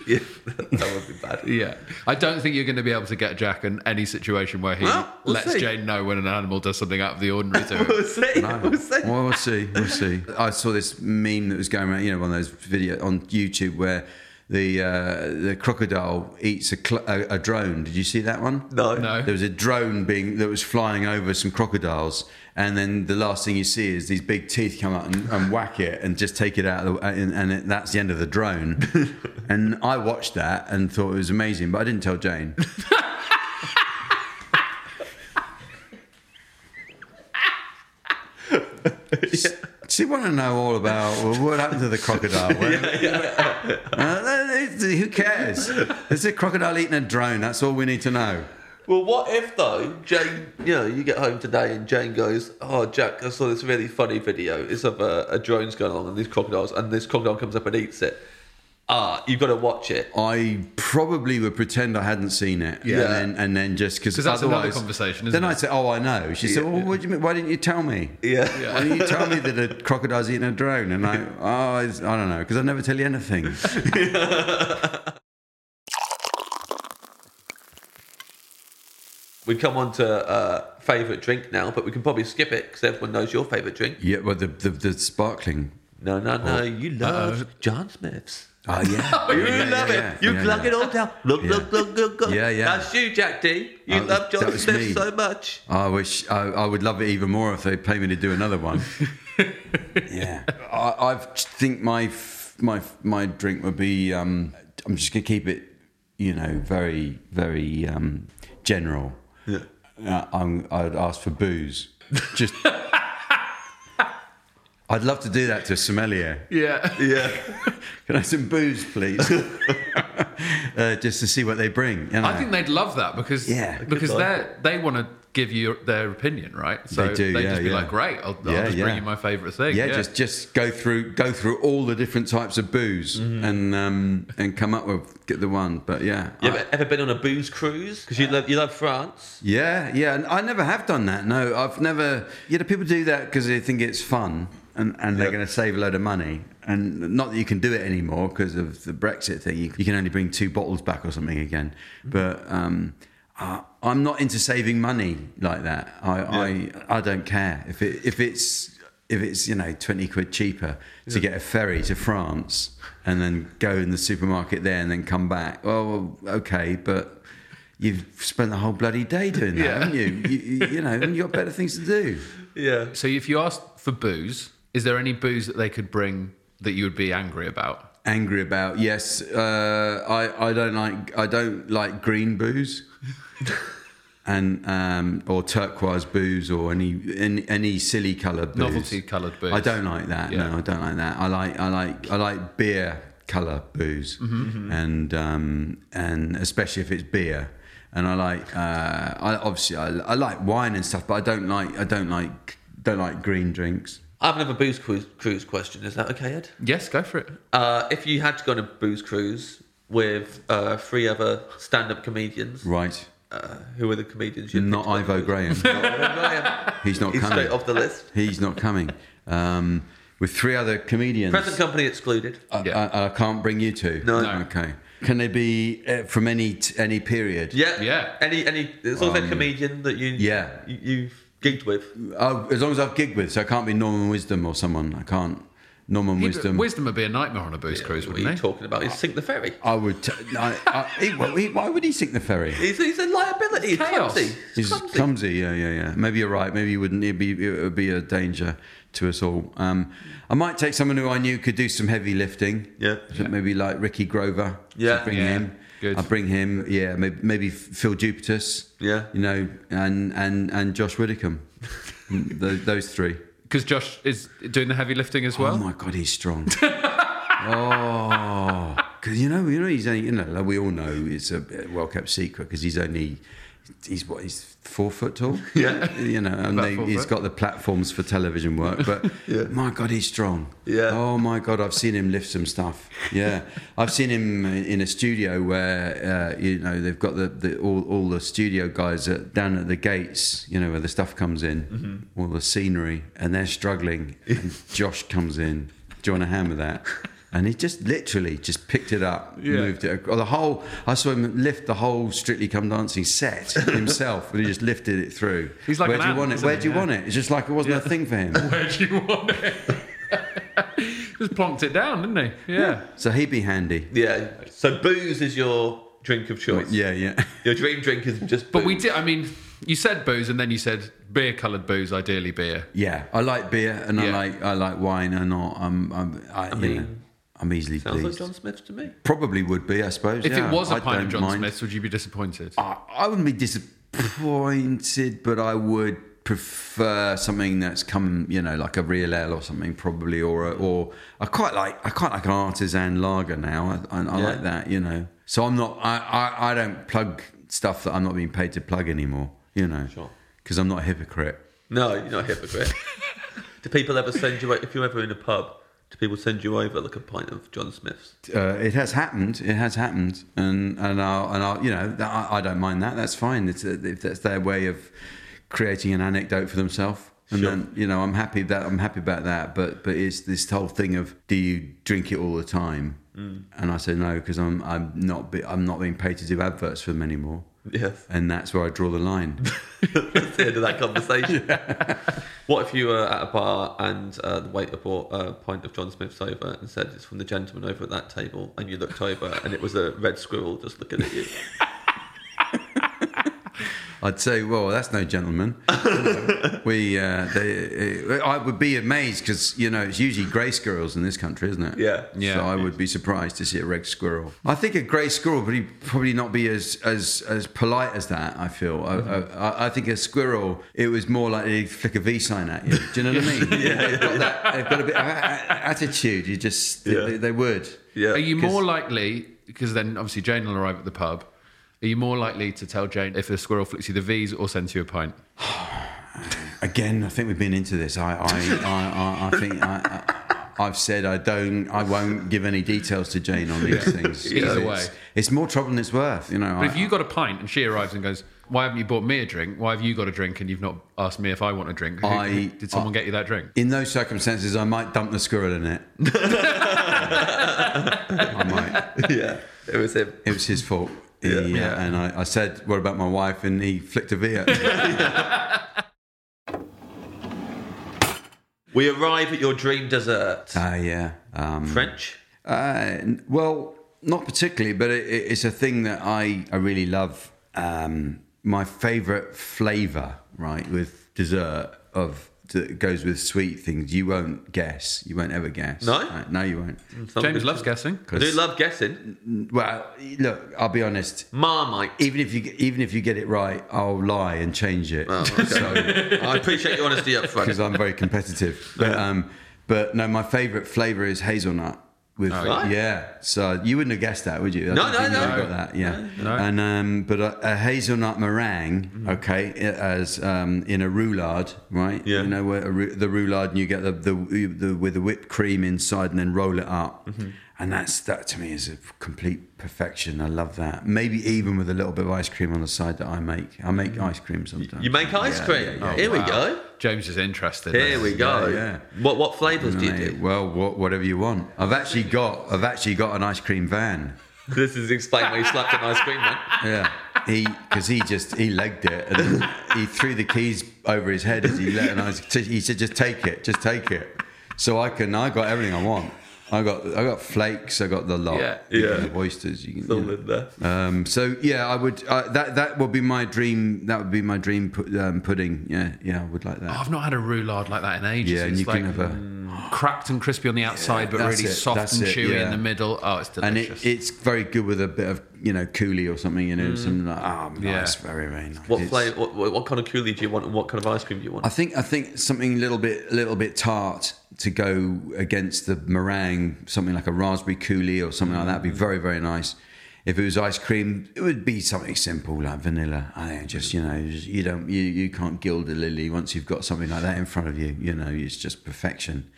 D: yeah, that would be bad.
A: Yeah, I don't think you're going to be able to get Jack in any situation where he
D: Well, we'll
A: lets
D: see.
A: Jane know when an animal does something out of the ordinary to him.
D: We'll see. We'll see.
C: Well, we'll see. We'll see. I saw this meme that was going around, you know, one of those video on YouTube where the uh, the crocodile eats a, cl- a, a drone. Did you see that one?
D: No.
A: No.
C: There was a drone being that was flying over some crocodiles, and then the last thing you see is these big teeth come out and, and whack it and just take it out of the and, and it, that's the end of the drone. and I watched that and thought it was amazing, but I didn't tell Jane. She want to know all about well, what happened to the crocodile. Where- Uh, it's- who cares? It's a crocodile eating a drone. That's all we need to know.
D: Well, what if though, Jane? You know, you get home today and Jane goes, "Oh, Jack, I saw this really funny video. It's of a, a drone's going along and these crocodiles, and this crocodile comes up and eats it. Ah, you've got to watch it.
C: I probably would pretend I hadn't seen it,
D: Yeah.
C: and then, and then just because
A: 'Cause that's another conversation, isn't
C: then
A: it?
C: I'd say, "Oh, I know." She said, "Well, what do you mean? Why didn't you tell me?
D: Yeah.
C: Why didn't you tell me that a crocodile's eating a drone?" And I, oh, it's, I don't know, because I never tell you anything.
D: We come on to uh, favorite drink now, but we can probably skip it because everyone knows your favorite drink.
C: yeah, well, the the, the sparkling.
D: No, no, no. You love John Smith's.
C: Oh yeah,
D: You
C: uh, Yeah,
D: love
C: yeah,
D: it.
C: yeah,
D: you
C: yeah,
D: plug
C: yeah.
D: it all down. Look,
C: Yeah.
D: look, look, look, look.
C: Yeah, yeah.
D: That's you, Jack D. You
C: That was-
D: love John
C: that was
D: Smith
C: me.
D: so much.
C: I wish I, I would love it even more if they pay me to do another one. yeah, I, I think my f- my f- my drink would be. Um, I'm just gonna keep it, you know, very very um, general. Yeah, uh, I'm, I'd ask for booze. Just. I'd love to do that to a sommelier.
A: yeah.
D: Yeah.
C: Can I have some booze, please? uh, just to see what they bring. you
A: I
C: know.
A: think they'd love that because
C: Yeah. Good
A: because
D: life.
A: they they want to give you their opinion, right? So
C: They do,
A: would
C: yeah,
A: just be
C: yeah.
A: like, great, I'll, I'll
C: Yeah,
A: just
C: yeah.
A: bring you my favorite thing.
C: yeah, just just go through go through all the different types of booze
A: Mm-hmm.
C: and um and come up with get the one but yeah
D: You
C: I-
D: ever, ever been on a booze cruise? Because you
C: Uh,
D: love you love France.
C: yeah yeah and i never have done that no i've never you know people do that because they think it's fun and, and they're going to save a load of money and not that you can do it anymore because of the brexit thing you, you can only bring two bottles back or something again but um I- I'm not into saving money like that. I, I I don't care if it if it's if it's you know 20 quid cheaper to get a ferry to france and then go in the supermarket there and then come back oh well, okay but you've spent the whole bloody day doing that
A: Yeah.
C: haven't you? you you you know and you've got better things to do
D: Yeah.
A: So if you asked for booze, is there any booze that they could bring that you would be angry about?
C: angry about yes uh, i i don't like i don't like green booze and um or turquoise booze or any any, any silly colored booze
A: Novelty coloured booze.
C: I don't like that.
A: Yeah.
C: No, I don't like that. I like I like I like beer color booze,
A: Mm-hmm,
C: and um, and especially if it's beer. And I like uh, I obviously I, I like wine and stuff, but I don't like I don't like don't like green drinks.
D: I have another booze cruise, cruise question. Is that okay, Ed?
A: Yes, go for it.
D: Uh, if you had to go on a booze cruise with uh, three other stand-up comedians,
C: Right?
D: uh, who are the comedians? You'd
C: Not
D: pick to go on
C: Ivo
D: a cruise?
C: Graham.
D: Ivo Graham.
C: He's not
D: He's
C: coming.
D: straight off the list.
C: He's not coming. Um, with three other comedians.
D: Present company excluded.
C: I, I, I can't bring you two.
D: No.
C: Okay. Can they be uh, from any t- any period?
D: Yeah.
G: Yeah.
D: Any any it's also a comedian that you
C: yeah.
D: you, you've gigged with.
A: Mm.
C: Oh, as long as I've gigged with, so I can't be Norman Wisdom or someone. I can't Norman
A: He'd-
C: Wisdom.
A: Wisdom would be a nightmare on a booze cruise,
D: What are
A: wouldn't
D: you
A: he?
D: talking about? He's sink the ferry.
C: I would. T- I, I, he- well, he- why would he sink the ferry?
D: He's, he's a liability. He's
A: Chaos.
D: clumsy.
C: He's clumsy. Yeah, yeah, yeah. Maybe you're right. Maybe you wouldn't. It'd be, it would be a danger to us all. Um, I might take someone who I knew could do some heavy lifting.
D: Yeah.
C: So Maybe like Ricky Grover.
D: Yeah.
C: So bring
A: Yeah.
C: him.
A: Good.
C: I bring him. Yeah. Maybe, maybe Phil Jupitus.
D: Yeah.
C: You know, and and and Josh Widdicombe. those, those three.
A: Because Josh is doing the heavy lifting as
C: Oh
A: well.
C: my God, he's strong. oh, because you know, you know, he's only, you know, like we all know it's a well kept secret because he's only, he's what, he's four foot tall. Yeah, you know, and they,
A: four
C: he's
A: foot.
C: got the platforms for television work. But my God, he's strong.
D: Yeah.
C: Oh my God, I've seen him lift some stuff. Yeah, I've seen him in a studio where uh, you know they've got the, the all, all the studio guys at, down at the gates. You know where the stuff comes in,
A: Mm-hmm.
C: all the scenery, and they're struggling. And Josh comes in. Do you want to hammer that? And he just literally just picked it up, moved it. Or the whole I saw him lift the whole Strictly Come Dancing set himself, and he just lifted it through.
A: He's like
C: where
A: an
C: do you
A: ant,
C: want it?
A: isn't
C: Where
A: he?
C: do you
A: Yeah.
C: want it? It's just like it wasn't a thing for him.
A: Where do you want it? Just plonked it down, didn't he? Yeah.
C: So he'd be handy.
D: Yeah. So booze is your drink of choice.
C: Yeah, yeah.
D: Your dream drink is just.
A: But we
D: booze.
A: did. I mean, you said booze, and then you said beer-coloured booze, ideally beer.
C: Yeah, I like beer and I
A: Yeah.
C: like I like wine and all. I'm I'm I, you know,
D: mean,
C: I'm easily
D: Sounds like
C: pleased.
D: John Smith to me.
C: Probably would be, I suppose.
A: If
C: yeah,
A: it was a
C: I
A: pint of
C: don't
A: John
C: mind.
A: Smith's, would you be disappointed?
C: I, I wouldn't be disappointed, but I would prefer something that's come, you know, like a real ale or something, probably, or a, or I quite like I quite like an artisan lager now. I, I, I like that, you know. So I'm not I, I I don't plug stuff that I'm not being paid to plug anymore, you know, because I'm not a hypocrite.
D: No, you're not a hypocrite. do people ever send you if you're ever in a pub? Do people send you over like a pint of John Smith's?
C: uh, it has happened. It has happened, and and I'll, and I'll, you know that, I, I don't mind that. That's fine. It's uh if that's their way of creating an anecdote for themselves. And then you know I'm happy that I'm happy about that. But but it's this whole thing of do you drink it all the time? And I said no because I'm I'm not be, I'm not being paid to do adverts for them anymore.
D: Yes.
C: And that's where I draw the line.
D: That's the end of that conversation. What if you were at a bar and uh, the waiter brought a pint of John Smith's over and said it's from the gentleman over at that table, and you looked over and it was a red squirrel just looking at you?
C: I'd say, well, that's no gentleman. we, uh, they, uh, I would be amazed because you know it's usually grey squirrels in this country, isn't it?
D: Yeah.
A: Yeah.
C: So I would be surprised to see a red squirrel. I think a grey squirrel would probably not be as as as polite as that. I feel. I, I, I think a squirrel, it was more like they flick a V sign at you. Do you know what I mean? yeah. They've got that. They've got a bit of a- a- attitude. You just,
D: Yeah.
C: they, they would.
D: Yeah.
A: Are you more likely? Because then obviously Jane will arrive at the pub. Are you more likely to tell Jane if a squirrel flicks you the V's or sends you a pint?
C: Again, I think we've been into this. I, I, I, I, I think I, I, I've said I don't, I won't give any details to Jane on these things.
A: Either
C: It's-
A: way.
C: it's more trouble than it's worth. You know,
A: But
C: I-
A: if you got a pint and she arrives and goes, "Why haven't you bought me a drink? Why have you got a drink and you've not asked me if I want a drink? Who-
C: I-
A: who- did someone
C: I-
A: get you that drink?"
C: in those circumstances, I might dump the squirrel in it. I might.
D: yeah, it was him.
C: It was his fault. He, uh,
A: Yeah.
C: And I, I said, "What about my wife?" And he flicked a V at me.
D: We arrive at your dream dessert.
C: Ah, yeah. Um,
D: French.
C: Uh, n- well, not particularly, but it, it- it's a thing that I, I really love. Um, my favorite flavor, right, with dessert of that goes with sweet things. You won't guess. You won't ever guess.
D: No?
C: Right? No, you won't.
A: James loves guessing.
D: I do love guessing.
C: Well, look, I'll be honest.
D: Marmite.
C: Even if you even if you get it right, I'll lie and change it.
D: I appreciate your honesty up front.
C: because I'm very competitive. But um, but no, my favourite flavour is hazelnut. With
D: yeah.
C: yeah, so you wouldn't have guessed that, would you? I don't
D: Oh, no,
C: think you
D: no. Mm.
C: would've Got that, yeah. And um, but a, a hazelnut meringue, okay, i- as um, in a roulade, right?
D: Yeah.
C: You know where a, rou- the roulade, and you get the, the the with the whipped cream inside, and then roll it up.
D: Mm-hmm.
C: And that's that to me is a complete perfection. I love that. Maybe even with a little bit of ice cream on the side that I make. I make ice cream sometimes.
D: Mm. You make ice
C: Yeah,
D: cream.
C: yeah, yeah,
D: Here we go.
A: Oh, James is interested.
D: Here we go.
C: yeah.
D: What what flavours do you
C: Mate,
D: do?
C: Well, wha- whatever you want. I've actually got I've actually got an ice cream van.
D: This is explain why you slapped an ice cream man.
C: Yeah. He, because he just he legged it and he threw the keys over his head as he let. And I was, he said, "Just take it, just take it." So I can, I got everything I want. I got, I got flakes. I got the lot.
D: Yeah,
C: You
D: yeah.
C: can have oysters. You can.
D: It's all
C: you
D: in there.
C: know. Um. So yeah, I would. Uh, that that would be my dream. That would be my dream pu- um, pudding. Yeah, yeah, I would like that.
A: I've not had a roulade like that in ages.
C: Yeah, and
A: Oh, it's
C: you
A: like
C: can have a-
A: mm, cracked and crispy on the outside, but
C: that's
A: really
C: it,
A: soft
C: that's
A: and
C: it,
A: chewy in
C: yeah.
A: the middle. Oh, it's
C: and
A: delicious.
C: it, it's very good with a bit of you know coolie or something. You know, something like ah,
A: Yeah.
C: nice, very very nice.
D: What
C: It's-
D: flavour? What, what, what kind of coolie do you want, and what kind of ice cream do you want?
C: I think I think something a little bit little bit tart to go against the meringue, something like a raspberry coulis or something like that would be very very nice. If it was ice cream, it would be something simple like vanilla. I think just you know just- you don't you, you can't gild a lily once you've got something like that in front of you. You know it's just perfection.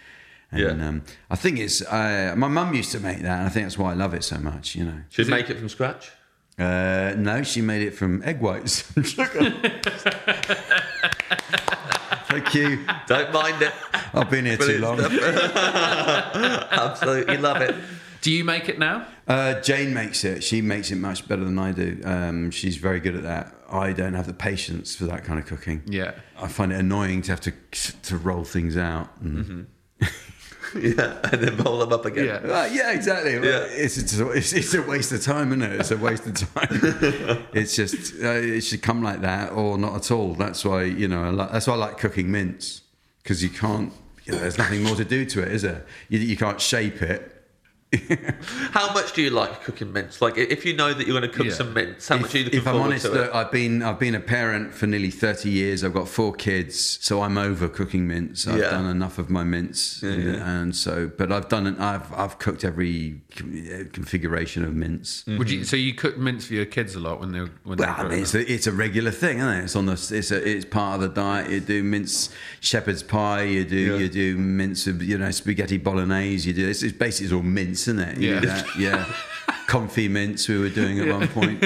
C: And
D: Yeah.
C: um, I think it's uh, my mum used to make that, and I think that's why I love it so much. You know.
D: Should make it from scratch.
C: Uh, no, she made it from egg whites. Thank you.
D: Don't mind it.
C: I've been here too long.
D: Brilliant Absolutely love it.
A: Do you make it now?
C: Uh, Jane makes it. She makes it much better than I do. Um, she's very good at that. I don't have the patience for that kind of cooking.
A: Yeah.
C: I find it annoying to have to to roll things out. and-
D: Yeah, and then roll them up again.
A: Yeah.
C: Well, yeah, exactly. Well,
D: Yeah.
C: It's, it's, a- it's, it's a waste of time, isn't it? It's a waste of time. it's just, uh, it should come like that or not at all. That's why, you know, I like, that's why I like cooking mince because you can't, you know, there's nothing more to do to it, is there? You, you can't shape it.
D: How much do you like cooking mince? Like, i- if you know that you're going to cook
A: Yeah.
D: some mince, how much
C: if,
D: are you looking
C: if I'm
D: forward
C: honest, uh,
D: to it?
C: look, I've been I've been a parent for nearly 30 years. I've got four kids, so I'm over cooking mince. I've
D: Yeah.
C: done enough of my mince, and, and so but I've done I've I've cooked every con- eh, configuration of mince.
A: Would you? So you cooked mince for your kids a lot when they were when
C: Mm-hmm. Well,
A: they
C: I
A: were
C: mean,
A: growing
C: it's
A: up?
C: a, it's a regular thing, isn't it? It's on the it's a, it's part of the diet. You do mince shepherd's pie, you do you do mince with, you know spaghetti bolognese. You do it's, it's basically it's all mince, isn't it? You
A: Yeah.
C: do that, yeah. Comfy mince we were doing at one point.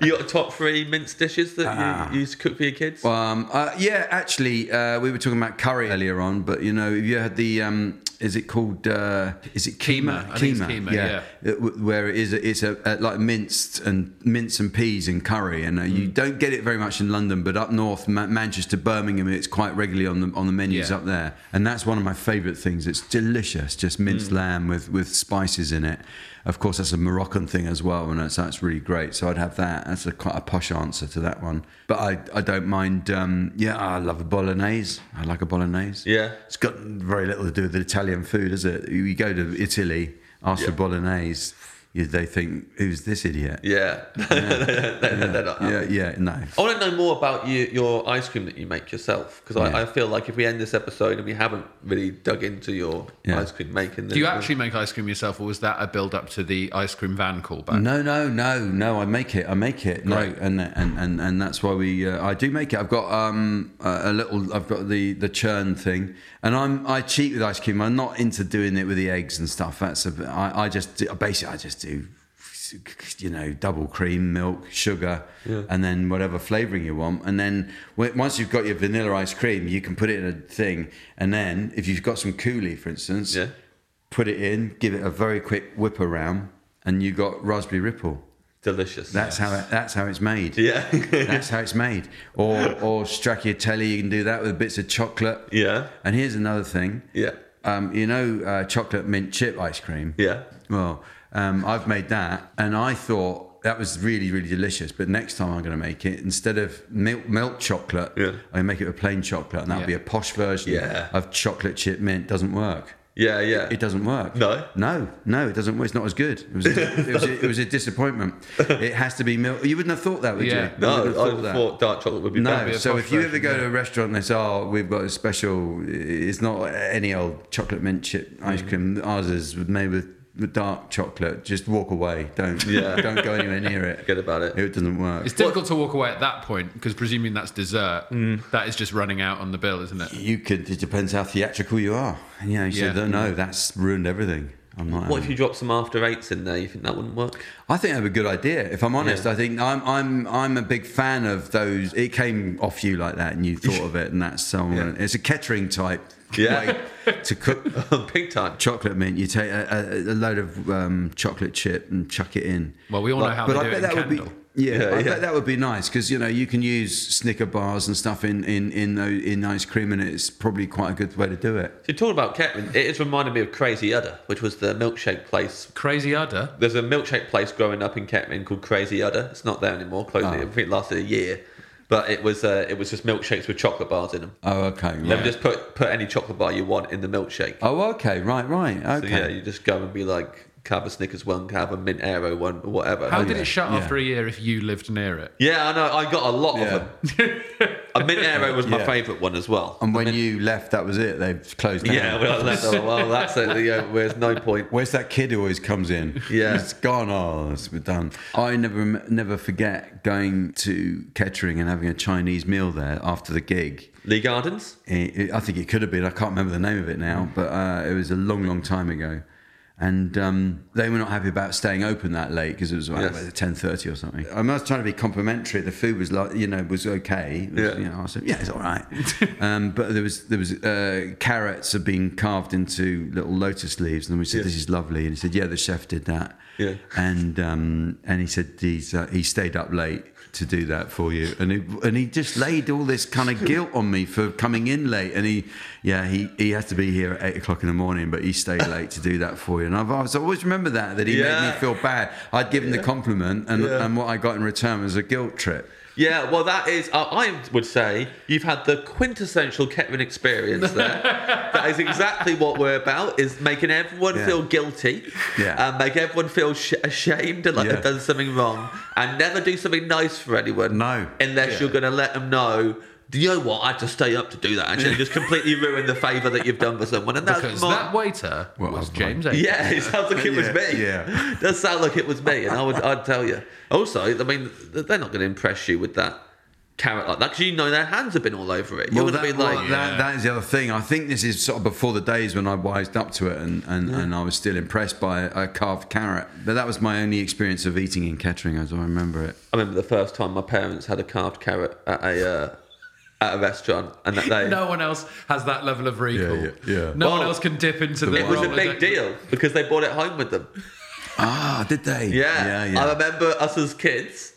D: you got top three mince dishes that
C: Ah.
D: you, you used to cook for your kids?
C: Um, uh, yeah, actually, uh, we were talking about curry earlier on, but you know, if you had the, um, is it called? Uh, is it
A: Keema.
C: keema?
A: I think it's keema, yeah.
C: It w- where it is, it's a, a like minced and mince and peas and curry, and uh, you
A: Mm.
C: don't get it very much in London, but up north, Ma- Manchester, Birmingham, it's quite regularly on the on the menus
A: Yeah.
C: up there, and that's one of my favourite things. It's delicious, just minced lamb with with spices in it. Of course, that's a Moroccan thing as well, and that's, that's really great. So I'd have that. That's a quite a posh answer to that one, but I I don't mind. Um, yeah, I love a bolognese. I like a bolognese.
D: Yeah.
C: it's got very little to do with Italian food, is it? You go to Italy, ask for bolognese, you, they think who's this idiot?
D: yeah. They're not happy.
C: yeah, yeah, no.
D: I want to know more about you, your ice cream that you make yourself because I, I feel like if we end this episode and we haven't really dug into your
C: Yeah.
D: ice cream making,
A: Do you actually make ice cream yourself, or was that a build up to the ice cream van callback?
C: No, no, no, no. I make it. I make it.
A: Great.
C: No, uh, and and and and that's why we. Uh, I do make it. I've got um a, a little. I've got the the churn thing, and I'm I cheat with ice cream. I'm not into doing it with the eggs and stuff. That's a. I I just do, basically I just do. You know, double cream, milk, sugar, and then whatever flavoring you want. And then w- once you've got your vanilla ice cream, you can put it in a thing. And then if you've got some coulis, for instance,
D: Yeah.
C: put it in, give it a very quick whip around, and you got raspberry ripple.
D: delicious?
C: That's how it, that's how it's made.
D: yeah,
C: That's how it's made. Or or stracciatella, you can do that with bits of chocolate.
D: Yeah.
C: And here's another thing.
D: yeah,
C: Um, you know, uh, chocolate mint chip ice cream.
D: yeah.
C: Well, um, I've made that, and I thought that was really, really delicious. But next time I'm going to make it, instead of milk, milk chocolate,
D: Yeah.
C: I make it with plain chocolate, and that'll
A: Yeah.
C: be a posh version
D: Yeah.
C: of chocolate chip mint. Doesn't work.
D: Yeah, yeah.
C: It doesn't work.
D: No?
C: No, no, it doesn't work. It's not as good. It was a, it was a, it was a disappointment. It has to be milk. You wouldn't have thought that, would
A: Yeah.
C: you?
D: No,
C: You
D: I
C: wouldn't have
D: thought, dark chocolate would be
C: no,
D: better.
C: so
A: posh
C: if you ever
A: version,
C: go to a restaurant and they say, oh, we've got a special, it's not any old chocolate mint chip
D: Mm-hmm.
C: ice cream. Ours is made with with dark chocolate. Just walk away. Don't
D: Yeah.
C: don't go anywhere near it.
D: Forget about it.
C: It doesn't work.
A: It's difficult to walk away at that point because presuming that's dessert,
C: Mm.
A: that is just running out on the bill, isn't it?
C: you could, it depends how theatrical you are. And, you know, you
A: Yeah.
C: said, no, that's ruined everything. I might
D: Mm. What
C: have-
D: if you drop some after eights in there? You think that wouldn't work?
C: I think that'd be a good idea. If I'm honest,
D: Yeah.
C: I think I'm I'm I'm a big fan of those. It came off you like that, and you thought of it, and that's so. It's a Kettering type
D: Yeah.
C: way to cook
D: Big time.
C: chocolate mint. You take a, a, a load of um, chocolate chip and chuck it in.
A: Well, we all know how they do it in Candle.
C: would be. Yeah, I
D: yeah.
C: bet that would be nice because you know you can use Snicker bars and stuff in in in, tho- in ice cream, and it's probably quite a good way to do it.
D: So talking about Kettering, it has reminded me of Crazy Udder, which was the milkshake place.
A: Crazy udder.
D: There's a milkshake place growing up in Kettering called Crazy Udder. It's not there anymore. Closed.
C: Oh.
D: it, I think it lasted a year, but it was uh, it was just milkshakes with chocolate bars in them.
C: Oh, okay. Right.
D: Then just put put any chocolate bar you want in the milkshake.
C: Oh, okay. Right, right.
D: So
C: Okay.
D: yeah, you just go and be like, can I have a Snickers one, can I have a Mint Aero one, or whatever.
A: How did it shut
C: Oh, yeah.
A: after a year if you lived near it?
D: Yeah, I know. I got a lot
C: Yeah.
D: of them. a Mint Aero was my
C: Yeah. Oh,
D: favourite one as well.
C: and when you left, that was it. They closed. Down.
D: yeah, well, that's, oh, well, that's it. Yeah, there's no point.
C: Where's that kid who always comes in?
D: Yeah.
C: it's gone. Oh, it's we're done. I never rem- never forget going to Kettering and having a Chinese meal there after the gig.
D: Lee Gardens?
C: It- it- I think it could have been. I can't remember the name of it now, but uh, it was a long, long time ago. And um, they were not happy about staying open that late because it was about
D: Yes.
C: ten thirty or something. I was trying to be complimentary. The food was like, you know, was okay. It was,
D: Yeah.
C: You know, I said, yeah, it's all right. um, but there was there was uh, carrots had been carved into little lotus leaves, and we said, this is lovely. And he said, yeah, the chef did that.
D: Yeah.
C: And um, and he said he's uh, he stayed up late to do that for you, and he and he just laid all this kind of guilt on me for coming in late, and he yeah he he had to be here at eight o'clock in the morning, but he stayed late to do that for you, and I've always, I always remember that that he made
D: Yeah.
C: me feel bad. I'd given the compliment, and and what I got in return was a guilt trip.
D: Yeah, well, that is, uh, I would say, you've had the quintessential Kettering experience there. that is exactly what we're about, is making everyone
C: Yeah.
D: feel guilty
C: Yeah.
D: and make everyone feel sh- ashamed and like
C: Yeah.
D: they've done something wrong and never do something nice for anyone.
C: No.
D: Unless you're going to let them know, do you know what, I had to stay up to do that. Actually, just completely ruin the favour that you've done for someone. And that's
A: Because
D: more-
A: that waiter
C: Well,
A: was
C: I've-
A: James A.
D: yeah, it sounds like it was
C: Yeah,
D: me.
C: yeah.
D: does sound like it was me, and I would, I'd tell you. Also, I mean, they're not going to impress you with that carrot like that because you know their hands have been all over it. You're
C: Well,
D: going to
C: that-
D: be like,
C: well, that, that is the other thing. I think this is sort of before the days when I wised up to it and, and, and I was still impressed by a carved carrot. But that was my only experience of eating in Kettering as I remember it.
D: I remember the first time my parents had a carved carrot at a uh, at a restaurant, and that they.
A: No one else has that level of recall.
C: Yeah, yeah, yeah.
A: No one
D: Well,
A: else can dip into the.
D: It was a
A: Rolodex.
D: big deal because they brought it home with them.
C: Ah, did they?
D: Yeah.
C: Yeah, yeah.
D: I remember us as kids,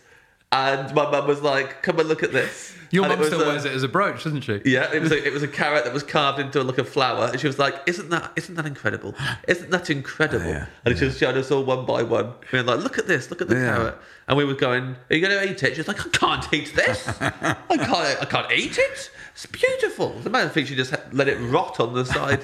D: and my mum was like, "Come and look at this."
A: Your
D: And
A: mum
D: was
A: still
D: a-
A: wears it as a brooch, doesn't she?
D: Yeah, it was a, it was a carrot that was carved into like a flower, and she was like, "Isn't that isn't that incredible? Isn't that incredible?"
C: Yeah,
D: and she was showing us all one by one, being like, "Look at this! Look at the
C: Yeah.
D: carrot!" And we were going, "Are you going to eat it?" She was like, "I can't eat this. I can't. I can't eat it. It's beautiful." As a matter of fact, she just had- let it rot on the side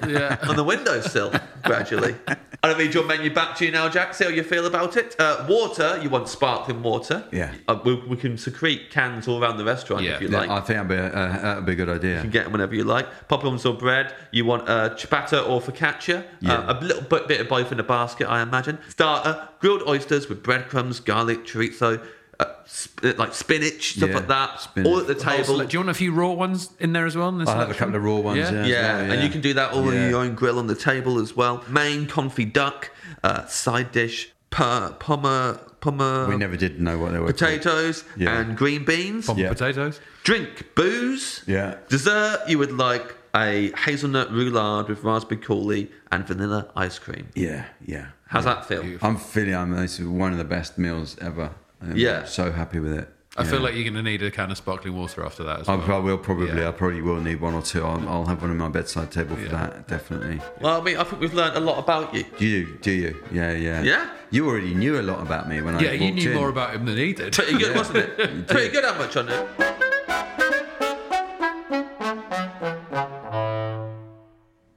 D: on the windowsill gradually. And I read your menu back to you now, Jack. See how you feel about it. Uh, water, you want sparkling water.
C: Yeah.
D: uh, we, we can secrete cans all around the restaurant
A: Yeah.
D: if you
C: Yeah,
D: like.
C: I think that'd be a, uh, that'd be a good idea.
D: You can get them whenever you like. Popcorns or bread. You want uh, ciabatta or focaccia. Uh, a little bit, bit of both in a basket, I imagine. Starter, grilled oysters with breadcrumbs, garlic, chorizo, uh, sp- like spinach, stuff
C: Yeah,
D: like that.
C: spinach.
D: All at the
A: Whole
D: table.
A: sele- Oh, Do you want a few raw ones in there as well? in the
C: I'll have a
A: selection?
C: couple of raw ones. Yeah,
A: Yeah.
C: as
D: yeah,
C: well,
D: and you can do that all
C: Yeah.
D: on your own grill on the table as well. Main confit duck, uh, side dish, per, pommer, pommer,
C: We never did know what they were. called.
D: potatoes,
C: Yeah.
D: and green beans.
A: Bomb
C: Yeah.
A: potatoes.
D: Drink booze.
C: Yeah.
D: Dessert, you would like a hazelnut roulade with raspberry coulis and vanilla ice cream.
C: Yeah, yeah.
D: How's that feel?
C: I'm feeling. I'm. This is one of the best meals ever. I'm
D: Yeah.
C: So happy with it.
A: I
C: Yeah.
A: feel like you're going to need a can of sparkling water after that as
C: I,
A: well.
C: I will probably.
A: Yeah.
C: I probably will need one or two. I'll, I'll have one on my bedside table for that. Definitely.
D: Well, I mean, I think we've learned a lot about you.
C: Do you? Do you? Yeah, yeah.
D: Yeah.
C: You already knew a lot about me when I.
A: Yeah, you
C: walked
A: knew
C: in.
A: more about him than he did.
D: Pretty good, wasn't it? Pretty good how much on it.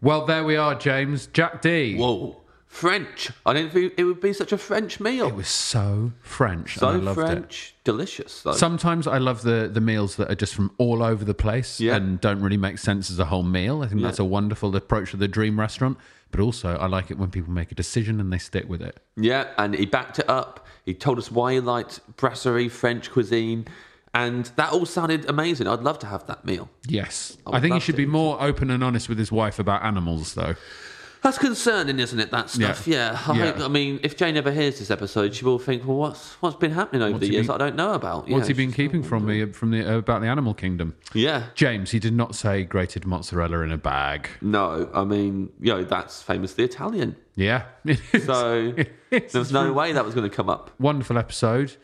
A: Well, there we are, James. Jack D.
D: Whoa. French. I didn't think it would be such a French meal.
A: It was so French.
D: so
A: and I loved it.
D: French. Delicious, though.
A: Sometimes I love the, the meals that are just from all over the place
D: Yeah.
A: and don't really make sense as a whole meal. I think that's a wonderful approach to the dream restaurant. But also, I like it when people make a decision and they stick with it.
D: Yeah, and he backed it up. He told us why he liked brasserie, French cuisine, and that all sounded amazing. I'd love to have that meal.
A: Yes.
D: I
A: I,
D: would
A: think he
D: love
A: should
D: to.
A: be more open and honest with his wife about animals, though.
D: That's concerning, isn't it? That stuff. Yeah. I,
A: Yeah.
D: hope- I mean, if Jane ever hears this episode, she will think, well, what's what's been happening over
A: What's
D: the
A: he
D: years
A: been-
D: that I don't know about?
A: What's he
D: Yeah.
A: been keeping from me from the about the animal kingdom?
D: Yeah.
A: James, he did not say grated mozzarella in a bag.
D: No, I mean, you know, that's famously Italian.
A: Yeah. It is.
D: So there was no way that was going to come up.
A: Wonderful episode.